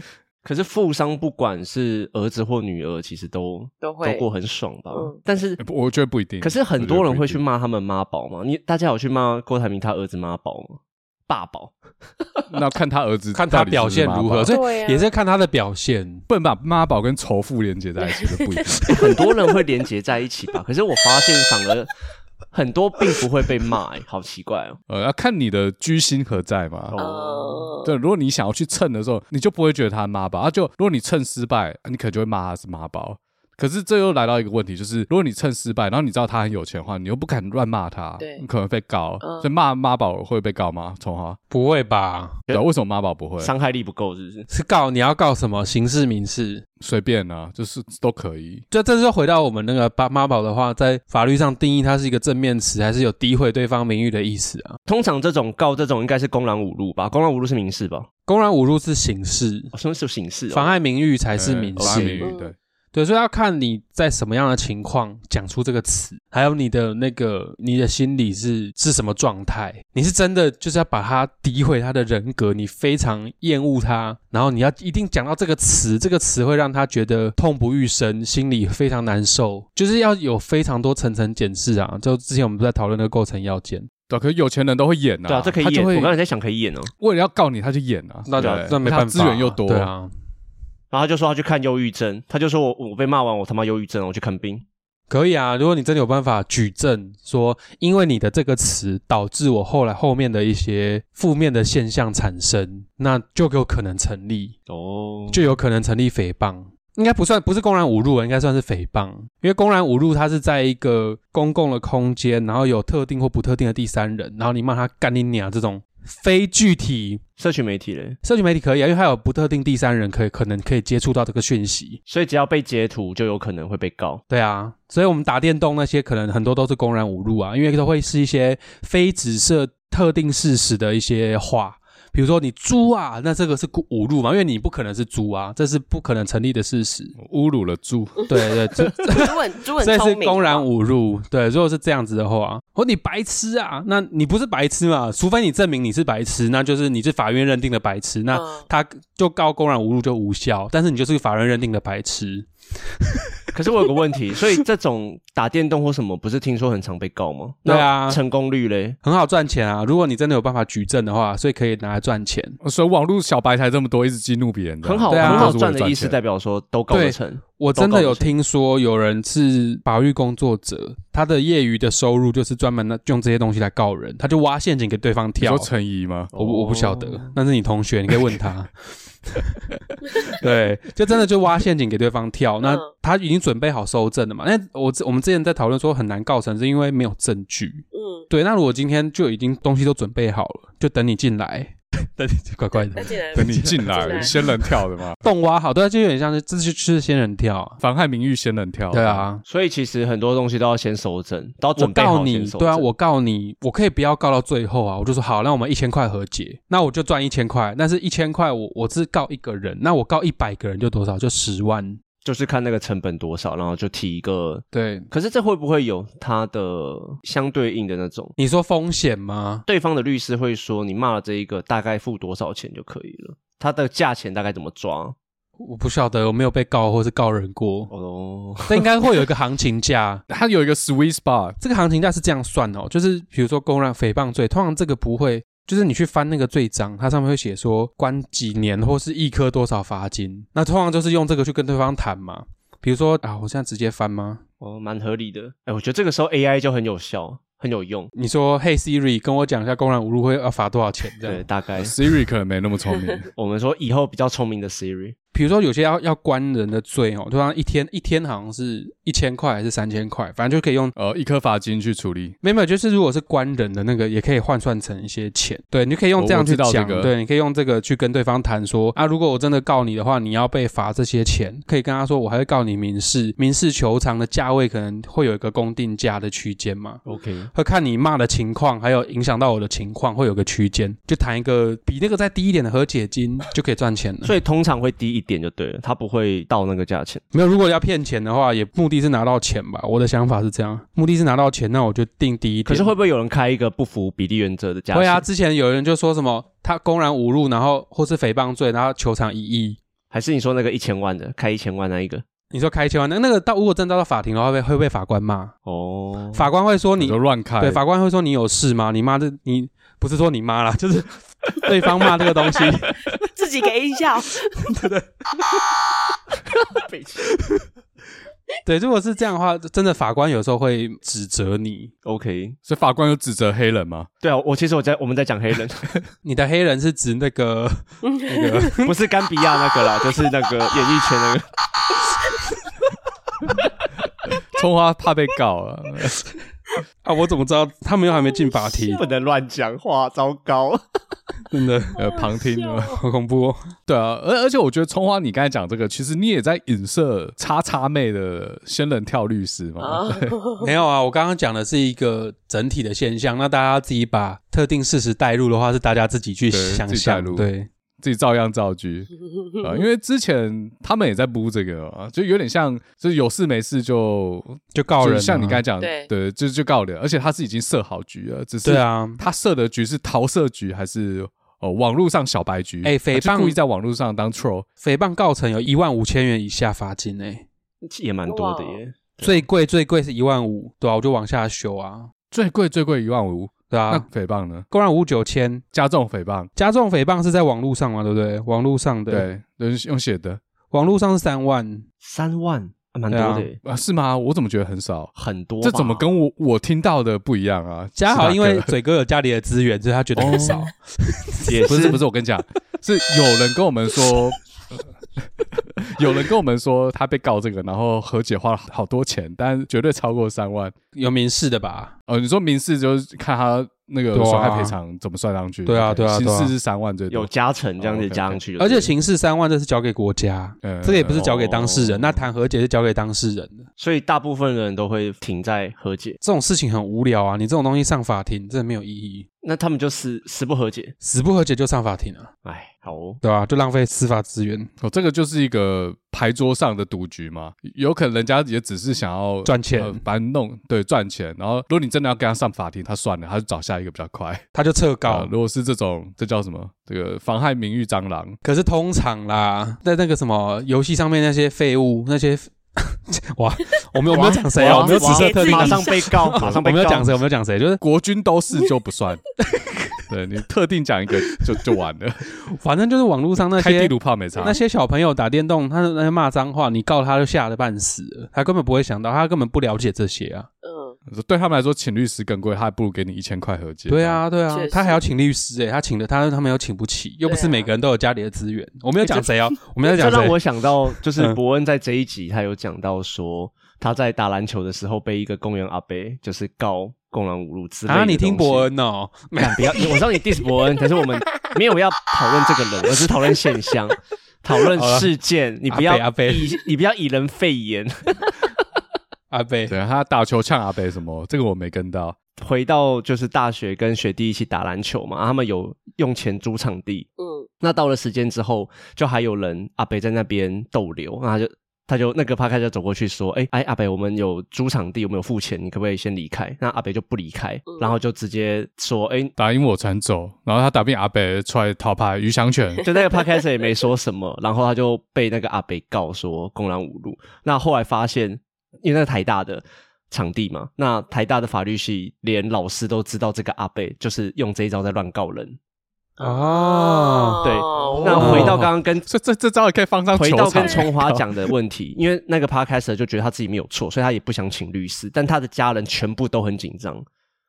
S1: 可是富商不管是儿子或女儿，其实都
S2: 都会
S1: 都过很爽吧？
S2: 嗯
S1: 但是
S4: 欸 [laughs] 不我觉得不一定，
S1: 可是很多人会去
S4: 我觉得不一定
S1: 骂他们妈宝嘛？你大家有去骂郭台铭他儿子妈宝吗？爸宝，
S4: 那看他儿子
S3: 看他表现如何，
S4: 这
S3: 所
S2: 对
S3: 以
S2: 啊
S3: 也是看他的表现。
S4: 不能把妈宝跟仇富连接在一起，
S2: [laughs]
S4: 这不一定。
S1: 欸很多人会连结在一起
S4: [laughs]
S1: 吧？可是我发现反而很多并不会被骂、欸，好奇怪哦。
S4: 呃，要看你的居心何在
S1: [laughs]
S4: 嘛。
S2: 哦， [laughs]
S4: 对，如果你想要去蹭的时候，你就不会觉得他妈宝，啊，就如果你蹭失败，啊你可能就会骂他是妈宝。可是这又来到一个问题，就是如果你蹭失败，然后你知道他很有钱的话，你又不敢乱骂他，
S2: 对
S4: 你可能被告。
S2: 嗯
S4: 所以骂妈宝会被告吗？从华，
S3: 不会吧？
S4: 对啊，为什么妈宝不会？
S1: 伤害力不够是不是？
S3: 是告你要告什么？刑事、民事？
S4: 随便啊，就是都可以。
S3: 就这就回到我们那个爸妈宝的话，在法律上定义它是一个正面词，还是有诋毁对方名誉的意思啊？
S1: 通常这种告这种应该是公然侮辱吧？公然侮辱是民事吧？
S3: 公然侮辱是刑事，
S1: 哦，什么是刑事、
S3: 妨
S1: 哦？
S3: 碍名誉才是
S4: 呃
S3: 民
S4: 妨碍名
S3: 事。
S4: 誉，
S2: 嗯
S4: 对，
S3: 对，所以要看你在什么样的情况讲出这个词，还有你的那个你的心理是是什么状态。你是真的就是要把他诋毁他的人格，你非常厌恶他，然后你要一定讲到这个词，这个词会让他觉得痛不欲生，心里非常难受，就是要有非常多层层检视啊。就之前我们不是在讨论那个构成要件，
S4: 对啊，可是有钱人都会演啊，
S1: 对啊，这可以
S4: 他就
S1: 演。我
S4: 会
S1: 刚才在想可以演哦。
S4: 为了要告你，他就演啊，
S3: 那
S4: 对
S3: 那没
S4: 他
S3: 办法啊，
S4: 资源又多，
S3: 对啊。
S1: 然后他就说他去看忧郁症，他就说我我被骂完我他妈忧郁症了，我去看病。
S3: 可以啊，如果你真的有办法举证说，因为你的这个词导致我后来后面的一些负面的现象产生，那就有可能成立，
S1: 哦，
S3: 就有可能成立诽谤。应该不算，不是公然侮辱，应该算是诽谤。因为公然侮辱，它是在一个公共的空间，然后有特定或不特定的第三人，然后你骂他干你娘这种非具体
S1: 社群媒体嘞，
S3: 社群媒体可以啊，因为它有不特定第三人可以可能可以接触到这个讯息，
S1: 所以只要被截图就有可能会被告。
S3: 对啊，所以我们打电动那些可能很多都是公然侮辱啊，因为都会是一些非指涉特定事实的一些话，比如说你猪啊，那这个是侮辱嘛，因为你不可能是猪啊，这是不可能成立的事实。
S4: 侮辱了猪，
S3: 对对，
S2: [laughs]
S3: 这 [laughs]
S2: 朱很朱很
S3: 这是
S2: 聪明，啊
S3: 公然
S2: 好不好
S3: 侮辱。对，如果是这样子的话，或你白痴啊，那你不是白痴嘛？除非你证明你是白痴，那就是你是法院认定的白痴，那
S2: 嗯
S3: 他就告公然侮辱就无效，但是你就是法院认定的白痴。
S1: 可是我有个问题，所以这种打电动或什么，不是听说很常被告吗？那
S3: [laughs] 对啊
S1: 成功率嘞？
S3: 很好赚钱啊！如果你真的有办法举证的话，所以可以拿来赚钱。
S4: 所以网络小白才这么多，一直激怒别人，
S1: 很好，
S3: 对啊
S1: 很
S4: 都
S1: 好
S4: 是为
S1: 赚
S4: 了
S1: 的意思
S4: 钱
S1: 代表说都告得
S3: 对
S1: 成。
S3: 我真的有听说有人是法律工作者，他的业余的收入就是专门那用这些东西来告人，他就挖陷阱给对方
S4: 你
S3: 跳
S4: 说。陈怡吗？
S3: 我不我不晓得，那是你同学，你可以问 [laughs] 他。对，就真的就挖陷阱给对方跳。那
S2: 嗯
S3: 他已经准备好收证了嘛？那我之我们之前在讨论说很难告成，是因为没有证据。
S2: 嗯，
S3: 对，那如果今天就已经东西都准备好了，就等你进来， [laughs] 等你乖乖的。
S2: 那竟然
S4: [laughs] 等你进
S2: 进
S4: 来，
S2: 来
S4: 仙人跳的嘛，
S3: 洞挖好，对、啊，就有点像是这就就是仙人跳、啊，
S4: [laughs] 妨害名誉仙人跳。
S3: 对，啊。
S1: 所以其实很多东西都要先收证，都要
S3: 我
S1: 准备
S3: 告
S1: 好
S3: 你
S1: 先，收
S3: 对啊，
S1: 证
S3: 我告你，我可以不要告到最后啊，我就说好，那我们一千块和解，那我就赚一千块，但是一千块我我只告一个人，那我告一百个人就多少？就十万，
S1: 就是看那个成本多少，然后就提一个。
S3: 对，
S1: 可是这会不会有它的相对应的那种？
S3: 你说风险吗？
S1: 对方的律师会说，你骂了这一个，大概付多少钱就可以了。它的价钱大概怎么抓？
S3: 我不晓得，我没有被告或是告
S1: [laughs]
S3: 人过，
S1: 哦，
S3: 但应该会有一个行情价。
S4: 他有一个 sweet spot，
S3: 这个行情价是这样算哦，就是比如说公然诽谤罪，通常这个不会，就是你去翻那个罪章，它上面会写说关几年或是一科多少罚金，那通常就是用这个去跟对方谈嘛。比如说啊，我现在直接翻吗？
S1: 哦，蛮合理的。哎，我觉得这个时候 AI 就很有效，很有用。
S3: 你说嘿 Siri，跟我讲一下公然侮辱会要罚多少钱？这
S1: 对，
S3: 样
S1: 大概
S4: [laughs] Siri 可能没那么聪明，
S1: 我们说以后比较聪明的 Siri，
S3: 比如说有些要要关人的罪哦，通常一天一天好像是一千块还是三千块，反正就可以用。
S4: 呃，一颗罚金去处理。
S3: 没有，没有，就是如果是关人的那个，也可以换算成一些钱。对，你就可以用这样
S4: 我
S3: 去
S4: 知道
S3: 讲，
S4: 这个
S3: 对，你可以用这个去跟对方谈说啊，如果我真的告你的话，你要被罚这些钱。可以跟他说，我还会告你民事，民事求偿的价位可能会有一个公定价的区间嘛。
S1: OK，
S3: 会看你骂的情况，还有影响到我的情况，会有个区间，就谈一个比那个再低一点的和解金就可以赚钱了。
S1: 所以通常会低一点就对了，他不会到那个价钱。
S3: 没有，如果要骗钱的话，也目的是拿到钱吧。我的想法是这样，目的是拿到钱，那我就定低一点。
S1: 可是会不会有人开一个不符比例原则的价钱？
S3: 会啊，，之前有人就说什么他公然侮辱，然后或是诽谤罪，然后求偿一亿。
S1: 还是你说那个一千万的，开一千万那一
S4: [laughs]
S1: 个？
S3: 你说开一千万，那那个到如果真的到法庭的话，会被会被法官骂，
S1: 哦，
S3: 法官会说你
S4: 就乱开，
S3: 对，法官会说你有事吗？你妈这你不是说你妈啦， [laughs] 就是对方骂这个东西。
S2: 自己给音效，
S3: 对，如果是这样的话，真的法官有时候会指责你，
S1: OK，
S4: 所以法官有指责黑人吗？
S1: 对啊，我其实我在我们在讲黑人， [laughs]
S3: 你的黑人是指那个那个
S1: 不是甘比亚那个
S4: [laughs]
S1: 啦，就是那个演艺圈那个。
S4: 葱花怕被告 [laughs] 了，
S3: 啊，我怎么知道他们又还没进法庭？
S1: 不能乱讲话，糟糕。
S3: 真的
S4: 呃，旁听了。
S3: 好恐怖哦！
S4: 对啊，而而且我觉得葱花，你刚才讲这个，其实你也在影射叉叉妹的仙人跳律师嘛。
S2: 啊，
S3: [laughs] 没有啊，我刚刚讲的是一个整体的现象，那大家自己把特定事实带入的话，是大家自己去
S4: 对
S3: 想
S4: 自己带
S3: 象
S4: 入。
S3: 对，
S4: 自己照样造句啊、因为之前他们也在播这个啊，就有点像，就是有事没事就
S3: 就告人啊、
S4: 就是像你刚才讲，
S2: 对
S4: 对，就就告人，而且他是已经设好局了，只是
S3: 对啊，
S4: 他设的局是桃色局还是哦网络上小白局？
S3: 哎诽谤
S4: 他就故意在网络上当 troll，
S3: 诽谤告成有一万五千元以下罚金诶、
S1: 也蛮多的耶。
S3: 最贵最贵是一万五，对啊，我就往下修啊，
S4: 最贵最贵一万五，
S3: 对
S4: 那
S3: 啊，
S4: 诽谤呢？
S3: 公然五九千，
S4: 加重诽谤，
S3: 加重诽谤是在网络上嘛，对不对？网络上的，，
S4: 对，就是用写的
S3: 网络上是三万，
S1: 三万，啊蛮多的耶，
S4: 啊？是吗？我怎么觉得很少？
S1: 很多吧。
S4: 这怎么跟我我听到的不一样啊？
S3: 加好，
S4: 是
S3: 因
S4: 哪个
S3: 为嘴哥有家里的资源，所以他觉得很 [laughs] 少。
S1: 也
S4: [laughs] 不是不是，我跟你讲，是有人跟我们说， [laughs] 有人跟我们说他被告这个，然后和解花了好多钱，但绝对超过三万。
S3: 有民事的吧？
S4: 哦，你说民事就是看他那个
S3: 对啊
S4: 损害赔偿怎么算上去，
S3: 对啊对啊
S4: 刑
S3: 对啊
S4: 事是三万最多
S1: 有。加成这样
S4: 哦
S1: 子
S4: ，OK，OK
S1: 加上去就对
S3: 而
S1: 了，
S3: 且刑事三万这是交给国家，
S4: 呃
S3: 这个也不是交给当事人。
S1: 哦
S3: 那谈和解是交给当事人的，
S1: 所以大部分人都会停在和解，
S3: 这种事情很无聊啊！你这种东西上法庭真的没有意义，
S1: 那他们就死死不和解。
S3: 死不和解就上法庭啊，
S1: 哎，好哦，
S3: 对吧、就浪费司法资源，
S4: 哦，这个就是一个牌桌上的赌局嘛，有可能人家也只是想要
S3: 赚钱
S4: 呃把你弄对赚钱。然后，如果你真的要跟他上法庭，他算了，他就找下一个比较快。
S3: 他就撤告。
S4: 啊如果是这种，这叫什么？这个妨害名誉蟑螂，
S3: 可是通常啦，在那个什么游戏上面那些废物那些。 [laughs] 哇，我没有我没有讲谁啊，
S1: 哇
S3: 我没有指
S1: 哇
S3: 涉特定
S1: 马
S3: 的
S1: 上被
S3: [laughs]
S1: 告，马上
S3: 我
S1: 被告。
S3: 没有讲谁，我没有讲谁，就是
S4: 国军都是就不算。 [laughs] 对你特定讲一个就就完了，
S3: 反正就是网络上那
S4: 开地
S3: 些
S4: 图炮没差
S3: 那。些小朋友打电动，他那些骂脏话，你告他就吓得半死了，他根本不会想到，他根本不了解这些啊。
S2: 嗯，
S4: 对他们来说，请律师更贵，他还不如给你一千块和解。
S3: 对，啊，对啊
S2: 确实，
S3: 他还要请律师诶、欸他请的他他们又请不起，又不是
S2: 对啊
S3: 每个人都有家里的资源。我没有讲谁哦， [laughs] 我没有
S1: 这
S3: 讲
S1: 让
S3: 谁
S1: 我，想到，就是
S3: 嗯
S1: 伯恩在这一集他有讲到说，他在打篮球的时候被一个公园阿伯就是告公然侮辱之类的
S3: 啊，你听
S1: 东西
S3: 伯恩哦， [laughs]
S1: 干不要，我知道你 diss 伯恩，可是我们没有要讨论这个人，而是讨论现象，讨论事件。你不要
S3: 阿北阿北
S1: 以你不要以人废言。 [laughs]
S3: 阿贝，
S4: 对啊，他打球呛阿北什么，这个我没跟到。
S1: 回到就是大学跟学弟一起打篮球嘛，他们有用钱租场地。
S2: 嗯，
S1: 那到了时间之后，就还有人阿北在那边逗留，那他就。他就那个帕开就走过去说：“哎、哎，阿北，我们有租场地，我们有付钱，你可不可以先离开？”那阿北就不离开，然后就直接说：“哎、
S4: 打赢我传走，然后他打遍阿北出来讨牌鱼翔拳，
S1: 就那个 podcast 也没说什么， [laughs] 然后他就被那个阿北告说公然侮辱。那后来发现，因为那个台大的场地嘛，那台大的法律系连老师都知道这个阿北就是用这一招在乱告人。
S3: 哦，
S1: 对
S2: 哦
S1: 那回到刚刚跟
S4: [laughs] 这这这招也可以放上
S1: 回
S4: 球
S1: 到
S4: 场
S1: 跟葱花讲的问题， [laughs] 因为那个 podcast 就觉得他自己没有错，所以他也不想请律师，但他的家人全部都很紧张。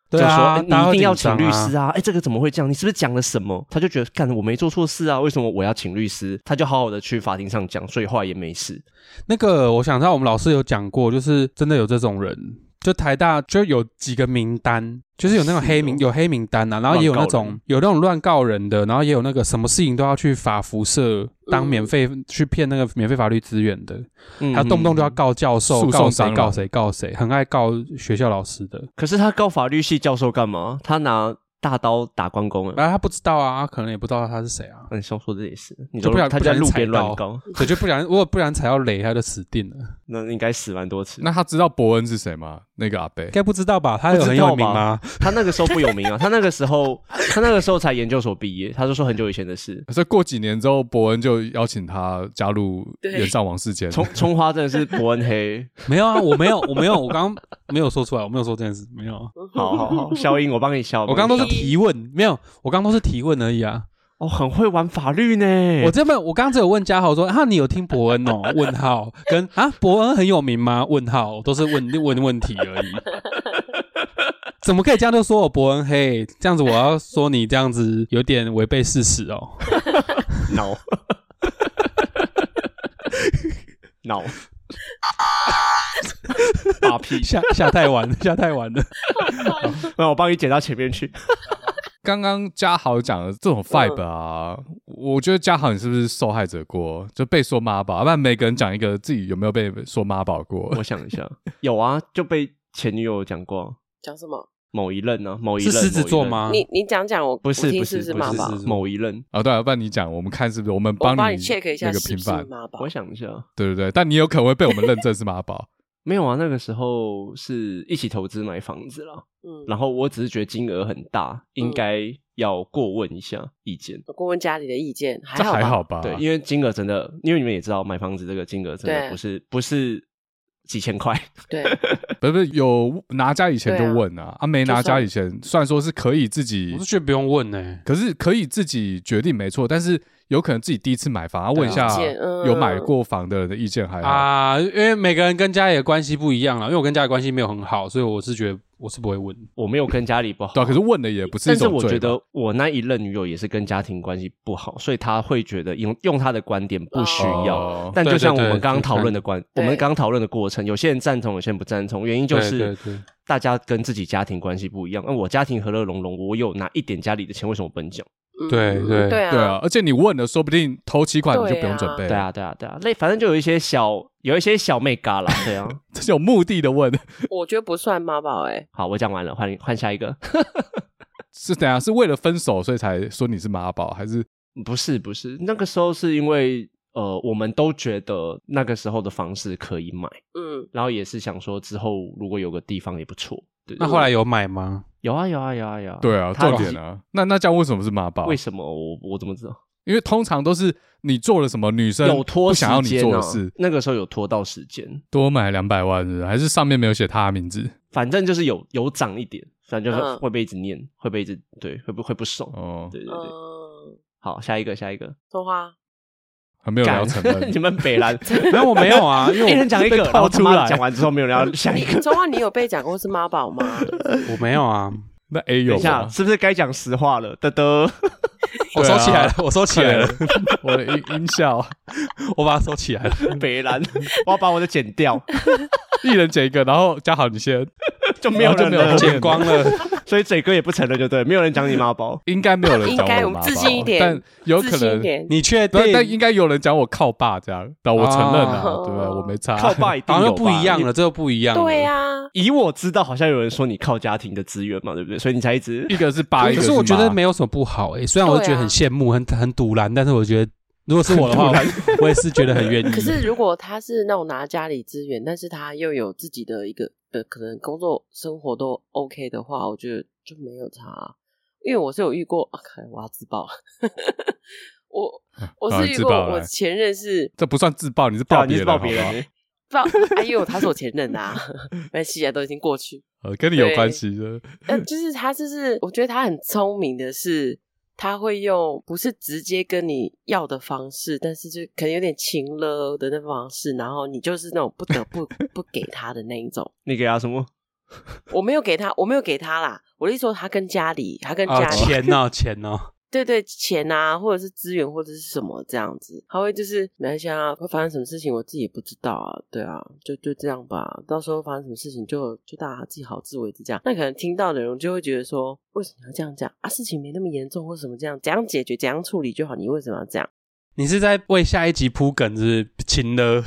S3: 对啊
S1: 就说、诶哎欸
S3: 大家
S1: 你
S3: 会
S1: 一定要
S3: 紧张
S1: 请
S3: 啊
S1: 律师啊！哎、这个怎么会这样？你是不是讲了什么？他就觉得干，我没做错事啊，为什么我要请律师？他就好好的去法庭上讲，所以后来也没事。
S3: 那个，我想到我们老师有讲过，就是真的有这种人，就台大就有几个名单，就是有那种
S1: 是
S3: 黑名、
S1: 哦
S3: 有黑名单啊，然后也有那
S1: 乱告
S3: 种有那种乱告人的，然后也有那个什么事情都要去法服社当免费、去骗那个免费法律资源的，
S1: 嗯
S3: 他动不动就要告教授、
S4: 诉讼
S3: 告谁
S4: 蟑螂、
S3: 告谁、告谁，很爱告学校老师的，
S1: 可是他告法律系教授干嘛？他拿大刀打关公啊！
S3: 然后他不知道啊，可能也不知道他是谁啊，
S1: 嗯，肖说的也是，你
S3: 就
S1: 说
S3: 不小
S1: 他
S3: 不
S1: 在
S3: 小心
S1: 路边
S3: 踩到
S1: 乱
S3: [laughs]
S1: 告，
S3: 所以就不然如果不然踩到雷，他就死定了，
S1: 那应该死蛮多次。
S4: [laughs] 那他知道伯恩是谁吗？那个阿贝
S3: 应，该不知道吧？他有很有名吗？
S1: 他那个时候不有名啊，他那个时候他那个时候才研究所毕业，他就说很久以前的事。
S4: 所以过几年之后，伯恩就邀请他加入
S2: 对
S4: 演上王世坚。
S1: 葱 [laughs] 葱花真的是伯恩黑，
S3: 没有啊，我没有，我没有，我刚刚没有说出来，我没有说这件事，没
S1: [laughs]
S3: 有啊。
S1: [laughs] 好好好，消音，我帮你消。
S3: 我刚刚都
S1: 帮
S3: 是
S1: 你消
S3: 提问，没有，我刚刚都是提问而已啊。
S1: 哦，很会玩法律呢。
S3: [laughs] 我这边我刚刚只有问嘉豪说啊，你有听伯恩哦？问 [laughs] 号跟啊，伯恩很有名吗？问号都是问问问题 [laughs] 而已。怎么可以这样就说我伯恩黑？这样子我要说你这样子有点违背事实 [laughs] 哦。
S1: [laughs] [laughs] 脑脑把屁，
S3: [laughs] 下下太晚了，下太晚了。
S1: 那我帮你剪到前面去。
S4: 刚刚嘉豪讲的这种 vibe 啊，我觉得嘉豪你是不是受害者过？就被说妈宝，要不然每个人讲一个自己有没有被说妈宝过
S1: [laughs] 我。想一下，有啊，就被前女友讲过
S2: 讲什么？
S1: 某一任呢、啊，某一
S3: 是
S1: 任
S3: 狮子座？
S1: 某一任
S3: 吗？
S2: 你你讲讲我，
S1: 不
S2: 我
S1: 是
S2: 听
S1: 不
S2: 是
S1: 是
S2: 不是
S1: 不
S2: 妈
S1: 是
S2: 宝？
S3: 是
S1: 某一任。
S4: 啊，对啊，要不然你讲，我们看是不是我们
S2: 我帮
S4: 你
S2: check 一下
S4: 那个
S2: 是
S4: 平
S2: 不是
S4: 反，
S2: 妈宝
S1: 我？想一下，
S4: 对对对，但你有可能会被我们认证是妈宝。
S1: 没有啊，那个时候是一起投资买房子啦，
S2: 嗯，
S1: 然后我只是觉得金额很大，应该要过问一下意见。
S2: 我过问家里的意见，还
S4: 这
S2: 好吧
S4: 还好吧？
S1: 对，因为金额真的，因为你们也知道，买房子这个金额真的
S2: 对
S1: 不是不是几千块，
S2: 对，嗯
S4: 不是不是有拿家以前
S2: 对啊
S4: 就问啊，啊没拿
S2: 就算
S4: 家以前，虽然说是可以自己
S3: 我是，觉得不用问呢、
S4: 可是可以自己决定没错，但是有可能自己第一次买房，啊问一下
S2: 意见嗯
S4: 有买过房的人的意见还好。
S3: 啊，因为每个人跟家里的关系不一样啦，因为我跟家里关系没有很好，所以我是觉得我是不会问。
S1: 我没有跟家里不好。
S4: 对啊，可是问的也不是一
S1: 但是
S4: 种
S1: 我觉
S4: 罪吧。
S1: 得我那一任女友也是跟家庭关系不好，所以她会觉得用用她的观点不需要。
S4: 哦
S1: 但就像我
S3: 对对对
S1: 们刚刚讨论的观，我
S2: 对
S1: 们刚刚讨论的过程，有些人赞同，有些人不赞同，原因就
S3: 对对
S1: 是
S3: 对
S1: 大家跟自己家庭关系不一样。那我家庭和乐融融，我有拿一点家里的钱，为什么不能讲？
S2: 嗯
S3: 对对
S2: 对啊，
S4: 对啊，而且你问了，说不定头期款你就不用准备了。
S1: 对啊，对啊，对啊，那反正就有一些小，有一些小妹嘎啦，对啊。 [laughs]
S4: 这是有目的的问，
S2: 我觉得不算妈宝哎，
S1: 好，我讲完了，换换下一个。
S4: 是怎样？是为了分手所以才说你是妈宝，还是
S1: 不是不是，那个时候是因为呃，我们都觉得那个时候的房市可以买，
S2: 嗯，
S1: 然后也是想说之后如果有个地方也不错。对
S3: 那后来有买吗？
S1: 有啊有啊有啊有啊，
S4: 对啊？
S1: 他
S4: 重点啊，那那这样为什么是妈
S1: [laughs]
S4: 宝
S1: 为？什么我我怎么知道？
S4: 因为通常都是你做了什么女生
S1: 有拖
S4: 不
S1: 时
S4: 想要你
S1: 间
S4: 做的
S1: 啊
S4: 事，，
S1: 那个时候有拖到时间，
S4: 哦多买两百万是不是还是上面没有写他的名字？
S1: 反正就是有有涨一点，反正就是
S2: 嗯
S1: 会被一直念，会被一直对，会不会不爽？
S4: 哦，
S1: 对对对，
S2: 嗯，
S1: 好，下一个下一个，
S2: 说话
S4: 还没有聊成
S1: 干 [laughs] 你
S4: 分。
S1: 们北兰
S3: 没有，我没有啊，因
S1: [laughs]
S3: 为
S1: 一
S3: 我
S1: 人讲一个，
S4: 被
S1: 然后
S4: 套
S1: 他妈
S4: 出来
S1: 讲完之后没有人要 [laughs] 下一个。
S2: 说话，你有被讲过是妈宝吗？
S3: 我没有啊，
S4: [laughs] 那 A
S1: 等
S4: 有
S1: 一下，
S4: 吗？
S1: 是不是该讲实话了？嘚
S4: [laughs]
S1: 嘚。
S3: [laughs] 我收起来了，我收起来了，
S4: 我的音音效，
S3: 我把它收起来了。
S1: 北兰，我要把我的剪
S4: [laughs]
S1: 掉，
S4: 一人剪一个，然后嘉豪你先，
S1: 就没有
S4: 然
S1: 人
S4: 哦后就没
S1: 了
S3: 剪
S4: 有后面。
S3: 光了，
S1: 所以嘴哥也不承认，就对，没有人讲你妈宝
S4: 应该没有人
S2: 应
S4: 讲
S2: 该
S4: 我
S2: 我们
S4: 妈宝
S2: 自信一点
S4: 但有
S2: 自
S4: 可
S2: 信一
S4: 能，
S2: 点，
S3: [laughs] 你确定
S4: 但？但应该有人讲我靠爸这样，但我承认啊，
S2: 哦
S4: 对不对？我没差，
S1: 靠爸一定
S3: 好像
S1: 有
S3: 又
S1: 吧
S3: 不一样。了，
S1: 你
S3: 这又不一样了。
S2: 对啊呀，
S1: 以我知道，好像有人说你靠家庭的资源嘛，对不对？所以你才一直
S4: [laughs] 一个是爸，一
S3: 可
S4: 个
S3: 是我觉
S4: 妈
S3: 得没有什么不好诶，虽然我
S2: 对啊
S3: 觉得很羡慕、很很堵然，但是我觉得如果是我的话，我 [laughs] 也是觉得很愿意。
S2: 可
S4: 嗯
S2: 是如果他是那种拿家里资源，但是他又有自己的一个呃，可能工作生活都 OK 的话，我觉得就没有差啊、因为我是有遇过，啊，看我要自爆， [laughs] 我我
S4: 啊
S2: 是
S4: 你
S2: 遇
S4: 自
S2: 过，
S4: 爆了
S2: 我前任是
S4: 这不算自爆，你是
S1: 对啊
S4: 爆
S1: 你
S4: 别
S1: 是
S4: 人，
S1: 爆别
S4: 好不好
S1: 人，
S2: 爆，哎呦，他是我前任啊， [laughs] 没关系啊，都已经过去。
S4: 呃，跟你有
S2: 对
S4: 关系的。
S2: 嗯，就是他就是，我觉得他很聪明的是，他会用不是直接跟你要的方式，但是就可能有点情了的那方式，然后你就是那种不得不不给他的那一种。
S1: 你给他什么？
S2: 我没有给他，我没有给他啦。我的意思说，他跟家里，他跟
S3: 啊
S2: 家里，
S3: 钱呐钱哦呐，
S2: 对对，钱啊，或者是资源，或者是什么这样子，他会就是没关系啊，会发生什么事情我自己也不知道啊，对啊，就就这样吧，到时候发生什么事情就就大家自己好自为之这样。那可能听到的人就会觉得说，为什么要这样讲啊？事情没那么严重，或什么这样，怎样解决，怎样处理就好，你为什么要这样？
S3: 你是在为下一集铺梗是不是亲了？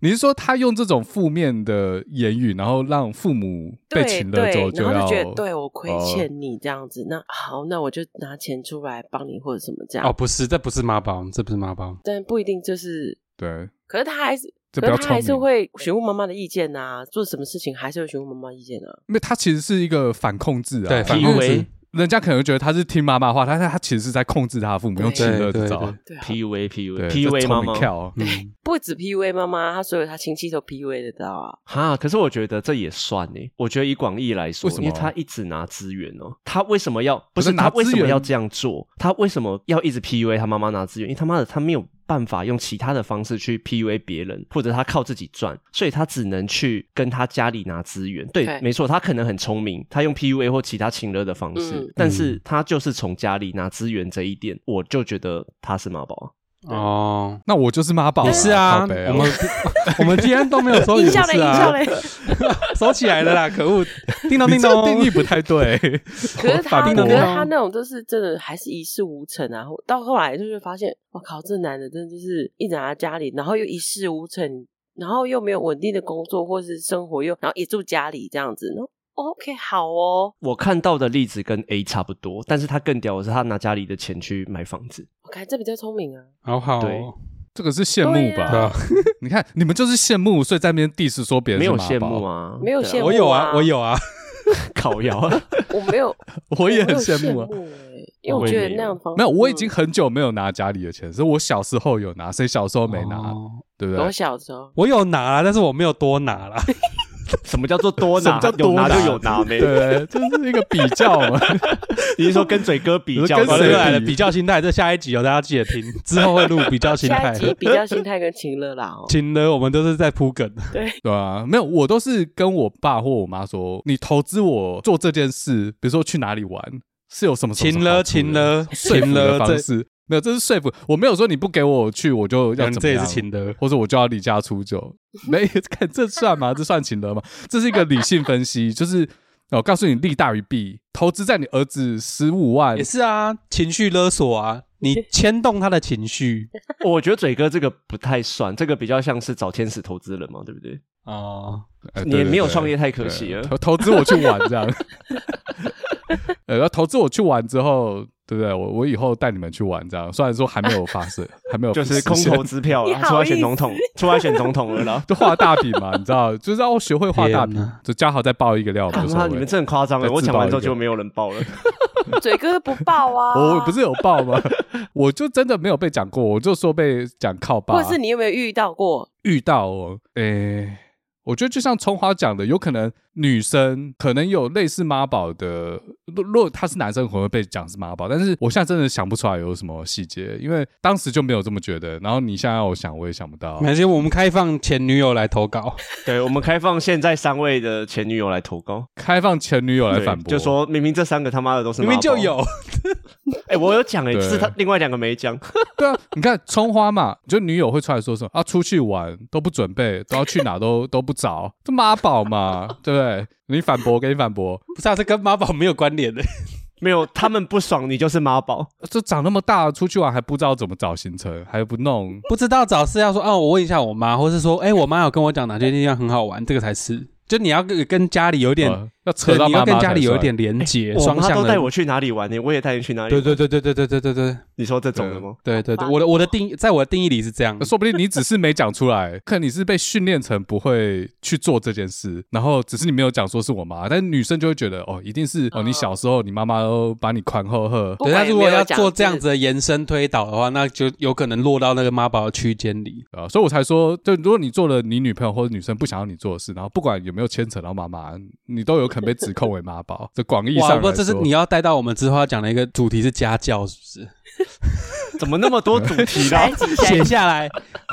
S4: 你是说他用这种负面的言语，然后让父母被
S2: 对
S4: 请了
S2: 对，
S4: 走
S2: 然
S4: 要
S2: 后就觉得对我亏
S4: 哦
S2: 欠你这样子，那好，那我就拿钱出来帮你或者什么这样，
S3: 哦，不是，这不是妈宝，这不是妈宝。
S2: 但不一定就是，
S4: 对，
S2: 可是他还是。
S4: 这
S2: 可
S4: 比较
S2: 是他还是
S4: 聪明
S2: 会询问妈妈的意见呐、做什么事情还是会询问妈妈意见啊。
S4: 因为他其实是一个反控制啊，
S3: 对反
S1: 控制
S4: PUA 人家可能觉得他是听妈妈话，但是他其实是在控制他的父母，
S2: 对
S4: 用亲热
S3: 对对
S4: 这招
S3: 对，
S2: 对啊，
S1: ，PUA
S4: 对
S1: PUA
S4: 这
S1: PUA
S4: 聪
S1: 妈
S4: 明
S1: 妈
S4: 跳哦
S3: 嗯，
S2: 不止 PUA 妈妈，他所有他亲戚都 PUA 得到
S4: [laughs]
S2: 啊。
S1: 哈，可是我觉得这也算呢。我觉得以广义来说，
S4: 为什么啊
S1: 因为他一直拿资源哦，他为什么要不
S4: 可
S1: 是
S4: 是拿
S1: 他为什
S4: 资
S1: 么
S4: 源
S1: 要这样做？他为什么要一直 PUA 他妈妈拿资源？因为他妈的他没有办法用其他的方式去 PUA 别人，或者他靠自己赚，所以他只能去跟他家里拿资源。对
S2: 对
S1: 没错，他可能很聪明，他用 PUA 或其他情勒的方式，
S2: 嗯
S1: 但是他就是从家里拿资源这一点，我就觉得他是妈宝啊。
S3: 哦，
S4: 那我就是妈宝啊，
S3: 也是啊，
S4: 靠
S3: 我
S4: 北哦
S3: 们 [laughs] 我们今天都没有收
S2: 音
S3: 你
S2: 效
S3: 不
S2: 嘞，
S3: 是
S2: 音效嘞
S3: 啊，。 [laughs] 收起来了啦，可恶！叮咚
S4: 你
S3: 叮
S4: 这个
S3: 咚，
S4: 定义不太对，
S2: 可是他，
S4: 我
S2: 可
S4: 反
S2: 是
S4: 驳
S2: 他那种就是真的还是一事无成啊。后到后来就是发现，我靠，这男的真的就是一直拿在家里，然后又一事无成，然后又没有稳定的工作或是生活又，然后也住家里这样子。然后、哦 OK 好哦，
S1: 我看到的例子跟 A 差不多，但是他更屌的是他拿家里的钱去买房子。
S2: 我看这比较聪明啊。
S3: 好好
S1: 对
S3: 哦，
S4: 这个是羡慕
S2: 对啊
S3: 对
S4: 吧
S3: 啊？
S4: 你看你们就是羡慕，所以在那边 diss 说别人
S1: 没
S4: 是
S1: 有
S4: 妈
S1: 羡
S4: 宝
S1: 慕，啊，
S2: 没有
S1: 对啊
S2: 羡慕
S3: 我有啊，
S2: 啊
S3: 我有啊，
S1: [laughs] 烤窑啊， [laughs]
S2: 我没有，
S4: [laughs] 我也
S2: 没
S4: 很
S2: 有
S4: 羡
S2: 羡
S4: 慕啊。
S2: 欸因为我
S1: 我也
S2: 觉得
S1: 没
S2: 那
S1: 有
S2: 样的方嗯式
S4: 没有，我已经很久没有拿家里的钱，是我小时候有拿，谁小时候
S3: 我
S4: 没拿？对不
S2: 嗯
S4: 对
S2: 我？小时候
S3: 我有拿啦，但是我没有多拿 [laughs] 啦。
S1: 什么叫做多
S4: 什
S1: 拿？
S4: 么叫
S1: 有
S4: 多拿
S1: 就有
S4: [laughs]
S1: 拿没？
S4: 对，就是一个比较
S3: [laughs]
S4: 嘛。
S1: 你是说跟嘴哥比较？
S4: 跟
S3: 完了
S4: 谁
S3: 又来了
S4: 比
S3: 比较心态，这下一集有哦大家记得 [laughs] 听，之后会录比较心
S2: 下
S3: 态
S2: 一。集比较心态跟情乐啦、哦。
S3: 请了，我们都是在铺 [laughs] 梗。
S4: 对啊，没有，我都是跟我爸或我妈说，你投资我做这件事，比如说去哪里玩，是有什么什么
S3: 请了，
S4: 好处的
S3: 请了，
S4: 说
S3: 请
S4: 服的
S3: 了，
S4: 方
S3: 这
S4: 式。没有，这是说服。我没有说你不给我去，我就要
S3: 人
S4: 怎么
S3: 这也
S4: 样
S3: 是，请了。
S4: 或者我就要离家
S1: [laughs]
S4: 出走。没，看这算吗？这算请了吗？这是一个理性分析，就是我、哦告诉你，利大于弊。投资在你儿子十五万
S3: 也，是啊，情绪勒索啊，你牵动他的情绪
S1: [laughs] 我觉得嘴哥这个不太算，这个比较像是找天使投资人嘛，对不对？
S3: [laughs] 哦，
S4: 哎
S1: 你
S4: 对对
S1: 没有
S4: 对
S1: 创业太可惜
S4: 对
S1: 了
S4: 投投资我去玩
S1: [laughs]
S4: 这样，呃，然后投资我去玩之后，对不对？我我以后带你们去玩这样，虽然说还没有发生，还没有
S1: [laughs] 就是
S4: 实
S1: 空
S4: 现
S1: 头支票
S2: [laughs] 你
S1: 了，
S2: 好
S1: 出来选总
S2: 意思
S1: 统，出来选总统了啦
S4: [laughs] 。就画大饼嘛，你知道，就是要我学会画大饼
S3: 天哪，
S4: 就嘉豪再爆一个料，
S1: 他
S4: 无所
S1: 妈，
S4: 谓
S1: 啊你们这很夸张欸
S4: 再
S1: 了！我
S4: 自
S1: 讲
S4: 爆
S1: 完
S4: 一
S1: 之后就
S4: 个
S1: 没有人报了。 [laughs]
S2: 嘴哥不爆啊，
S4: [laughs] 我我不是有爆吗？我就真的没有被讲过，我就说被讲靠爸，
S2: 或者是你有没有遇到过？
S4: 遇到哦，诶、我觉得就像葱花讲的，有可能女生可能有类似妈宝的，若若他是男生，可能会被讲是妈宝，但是我现在真的想不出来有什么细节，因为当时就没有这么觉得。然后你现在要我想，我也想不到
S3: 没。关系，我们开放前女友来投稿。
S1: 对我们开放现在三位的前女友来投稿，
S4: 开放前女友来
S1: 对
S4: 反驳，
S1: 就说明明这三个他妈的都是
S3: 明明
S1: 妈
S3: 就
S1: 宝
S3: 有， [laughs]
S1: 哎，我有讲哎，
S4: 对
S1: 只是他另外两个没讲。 [laughs]
S4: 对啊，你看葱花嘛，就女友会出来说什么啊，出去玩都不准备，都要去哪都都不找，这妈宝嘛，对不对？你反驳，给你反驳，
S3: 不是啊，这跟妈宝没有关联的。
S1: 没有，他们不爽你就是妈宝。
S4: 这长那么大出去玩还不知道怎么找行程，还不弄，
S3: [laughs] 不知道找是要说哦，我问一下我妈，或是说哎、我妈有跟我讲哪些地方很好玩，这个才是。就你要跟跟家里有点，
S4: 呃要扯
S3: 对
S4: 到
S3: 你
S4: 妈
S3: 要
S4: 妈
S3: 跟家
S4: 才
S3: 里有一
S4: 算
S3: 点连结，
S1: 哎我
S3: 双
S1: 妈
S3: 向
S1: 都
S3: 的
S1: 带。我去哪里玩欸呢？我也带你去哪里
S3: 对
S1: 玩。
S3: 对对对对对对对对
S1: 你说这种的吗？
S3: 对对对，我的我的定义，在我的定义里是这样
S4: 那。说不定你只是没讲出来， [laughs] 可能你是被训练成不会去做这件事，然后只是你没有讲说是我妈，但是女生就会觉得哦，一定是哦，你小时候你妈妈都把你宽厚呵，
S2: 不
S3: 对，但
S2: 管
S3: 如
S2: 有没
S3: 果
S2: 有
S3: 要
S2: 讲
S3: 做这样子，的延伸推导的话，那就有可能落到那个妈宝的区间里。
S4: 啊，所以我才说，就如果你做了你女朋友或者女生不想要你做的事，然后不管有没有牵扯到妈妈，你都有可能被指控为妈宝。这广义上
S3: 哇，
S4: 来
S3: 不，
S4: 说，
S3: 这是你要带到我们之后要讲的一个主题是家教，是不是？
S1: 怎么那么多主题啦
S2: 下一？集下一
S3: 写
S2: 集
S3: 下来，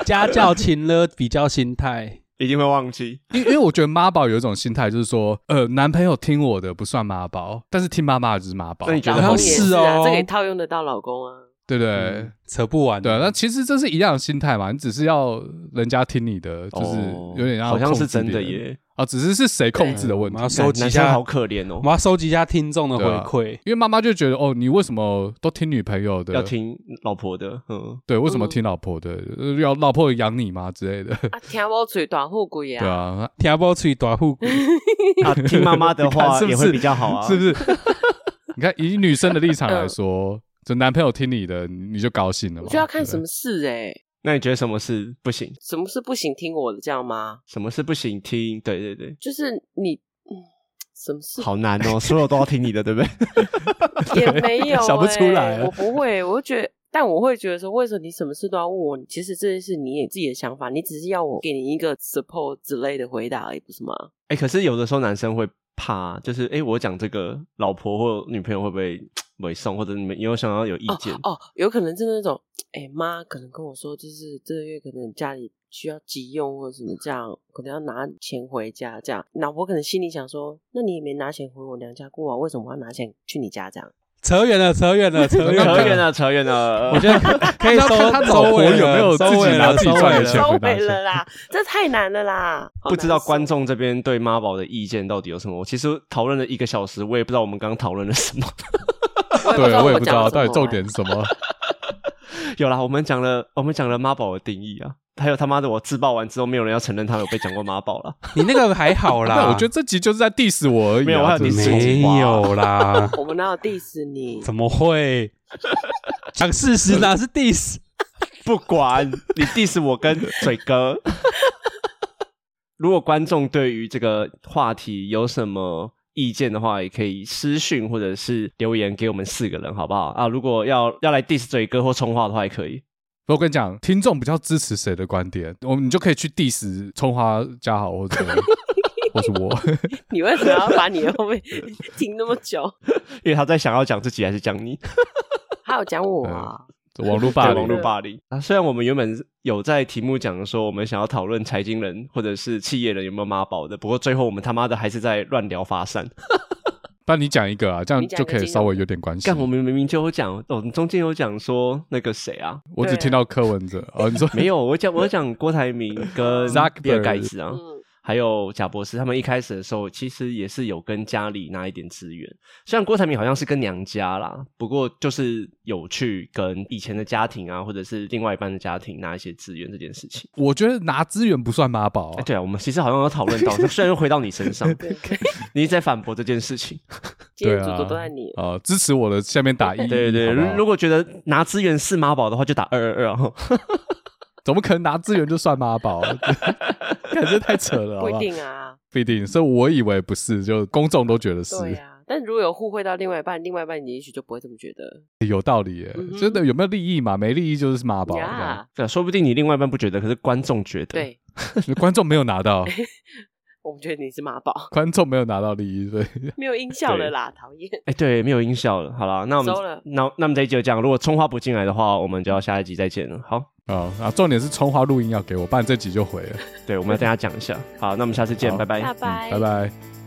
S3: 家教情了比较心态。
S1: 一定会忘记。
S4: 因因为我觉得妈宝有一种心态，就是说，呃，男朋友听我的不算妈宝，但是听妈妈的就是妈宝，
S1: 那你
S4: 对
S1: 觉
S2: 老
S1: 得
S2: 公
S1: 好
S2: 也
S1: 笑
S2: 是啊，
S3: 是哦
S2: 这个也套用得到老公啊。
S4: 不对？
S3: 扯不完。
S4: 对啊，那其实这是一样的心态嘛，你只是要人家听你的，就是
S1: 哦
S4: 有点让
S1: 好像是
S4: 控制
S1: 真的
S4: 别人
S1: 耶。
S4: 啊，只是是谁控制的
S3: 我
S4: 问题
S3: 们要。收集一
S1: 男生
S3: 下
S1: 好，可怜
S3: 我
S1: 哦
S3: 们，要收集一下听众的回
S4: 对啊
S3: 馈。
S4: 因为妈妈就觉得哦，你为什么都听女朋友的？
S1: 要听老婆的，嗯，
S4: 对，为什么
S2: 嗯
S4: 听老婆的？呃要老婆养你吗之类的？
S2: 啊，听我嘴短护鬼
S4: 对
S2: 啊，
S4: 啊，
S3: 听不出大户骨，
S1: 啊，听妈妈的
S4: 你看
S1: 话
S4: 是不
S1: 也
S4: 是
S1: 会比较好啊，
S4: 是不是？ [laughs] 你看，以女生的立场来说，就男朋友听你的，你你就高兴了嘛。
S2: 我就要看
S4: 对
S2: 什么事哎，
S1: 那你觉得什么事不行？
S2: 什么事不行听我的，这样吗？
S1: 什么事不行？听，对对对，
S2: 就是你，嗯，什
S1: [laughs]
S2: 么事
S1: 好难哦，所有都要听你的，对不对？
S2: 也没有、欸，
S1: 想不出来
S2: 我不会，我就觉得。但我会觉得说，为什么你什么事都要问我？其实这件事你也自己的想法，你只是要我给你一个 support 之类的回答而已，不是吗？
S1: 哎、可是有的时候男生会怕，就是哎、我讲这个，老婆或女朋友会不会没送，或者你们有想要有意
S2: 哦
S1: 见？
S2: 哦，有可能是那种，哎妈可能跟我说，就是这个月可能家里需要急用或者什么这样，可能要拿钱回家这样。老婆可能心里想说，那你也没拿钱回我娘家过啊，为什么我要拿钱去你家这样？
S3: 扯远了，扯远
S4: [laughs]
S3: 了，扯远
S1: 扯
S3: 了，
S1: 远了，扯远了。
S3: 我觉得可以收
S4: 那他
S3: 老
S4: 周
S3: 婆
S4: 围有没有自己拿自己赚的钱
S2: 收
S4: 回答
S2: 回
S4: 一下
S2: 了
S4: [laughs]
S2: 啦，这太难了啦，好
S1: 不知道
S2: 难受
S1: 观众这边对妈宝的意见到底有什么？我其实讨论了一个小时，我也不知道我们刚刚讨论了什么。 [laughs]
S4: [laughs] 对，我
S2: 我
S4: 也不知道到底重
S2: 点。
S4: [laughs] 点是什么。
S1: 有啦，我们讲了，我们讲了妈宝的定义啊，还有他妈的我自爆完之后，没有人要承认他有被讲过妈宝了。 [laughs]
S3: 你那个还好啦，
S4: 对， [laughs] 我觉得这集就是在 diss 我而已啊。
S1: 没有我还有
S4: 真的
S1: diss 你
S3: 没有啦，
S2: 我们哪有 diss 你？
S3: 怎么
S4: [laughs]
S3: 会？讲事实哪是 diss？
S1: 不管你 diss 我跟嘴哥。 [laughs] 如果观众对于这个话题有什么意见的话，也可以私讯或者是留言给我们四个人，好不好啊？如果要要来 diss 嘴哥或冲话的话，也可以。
S4: 我跟你讲，听众比较支持谁的观点，我们你就可以去 diss 葱花嘉豪或者 [laughs] 或是我。 [laughs]
S2: 你为什么要把你的后面 [laughs] 停那么久？
S1: 因为他在想要讲自己还是讲你，
S2: 还有讲我啊？
S4: 网络霸
S1: 对
S4: 凌，
S1: 网络霸凌啊！虽然我们原本有在题目讲说我们想要讨论财经人或者是企业人有没有妈宝的，不过最后我们他妈的还是在乱聊发散。
S4: 那你讲一个啊，这样
S2: 你讲
S4: 就
S2: 一个
S4: 可以
S2: 金融
S4: 稍微有点关系
S1: 干，。我们明明就有讲，哦我们中间有讲说那个谁啊，
S4: 我只
S2: 对啊
S4: 听到柯文哲哦，
S2: [laughs]
S4: 你说
S1: 没有，我讲我讲郭台铭 [laughs] 跟
S4: Zuckerberg
S1: 比尔盖茨啊，
S2: 嗯，
S1: 还有贾博士，他们一开始的时候其实也是有跟家里拿一点资源。虽然郭台铭好像是跟娘家啦，不过就是有去跟以前的家庭啊，或者是另外一半的家庭拿一些资源这件事情。
S4: 我觉得拿资源不算妈宝
S1: 哎、
S4: 啊。
S1: 对啊，我们其实好像有讨
S2: [laughs]
S1: 论到，虽然又回到你身上，
S2: 对，
S1: [laughs] 你一直在反驳这件事情。
S2: 今天
S4: 对啊
S2: 主角都在你。
S4: 啊，支持我的下面打一，
S1: 对对对，
S4: 好不好
S1: 如如果觉得拿资源是妈宝的话，就打二二二 [laughs] 哈。
S4: 怎么可能拿资源就算妈宝？啊
S2: [laughs]
S4: 感觉太扯了，好
S2: 不一
S4: 好？
S2: 定啊，
S4: 不一定，所以我以为不是，就公众都觉得是，
S2: 对啊。但如果有互惠到另外一半，另外一半你也许就不会这么觉得。
S4: 有道理耶
S2: 嗯。哼
S4: 真的有没有利益嘛？没利益就是妈宝。
S2: 呀，
S1: 对啊，说不定你另外一半不觉得，可是观众觉得。，
S2: 对，
S4: 这样观 [laughs] 众没有拿
S2: [laughs]
S4: 到，
S2: 我们觉得你是妈宝，
S4: [laughs] 观众没有拿到利益，所以
S2: 没有音效了啦，讨厌。
S1: 哎、对，没有音效了。好啦，那我们
S2: 收了
S1: 那那么这一集就这样。如果葱花不进来的话，我们就要下一集再见了。好，
S4: 啊啊，重点是葱花录音要给我，不然这集就毁了。
S1: 对，我们要大家讲一下。好，那我们下次见，
S4: 好
S1: 拜拜。
S2: 拜拜
S4: 拜。拜。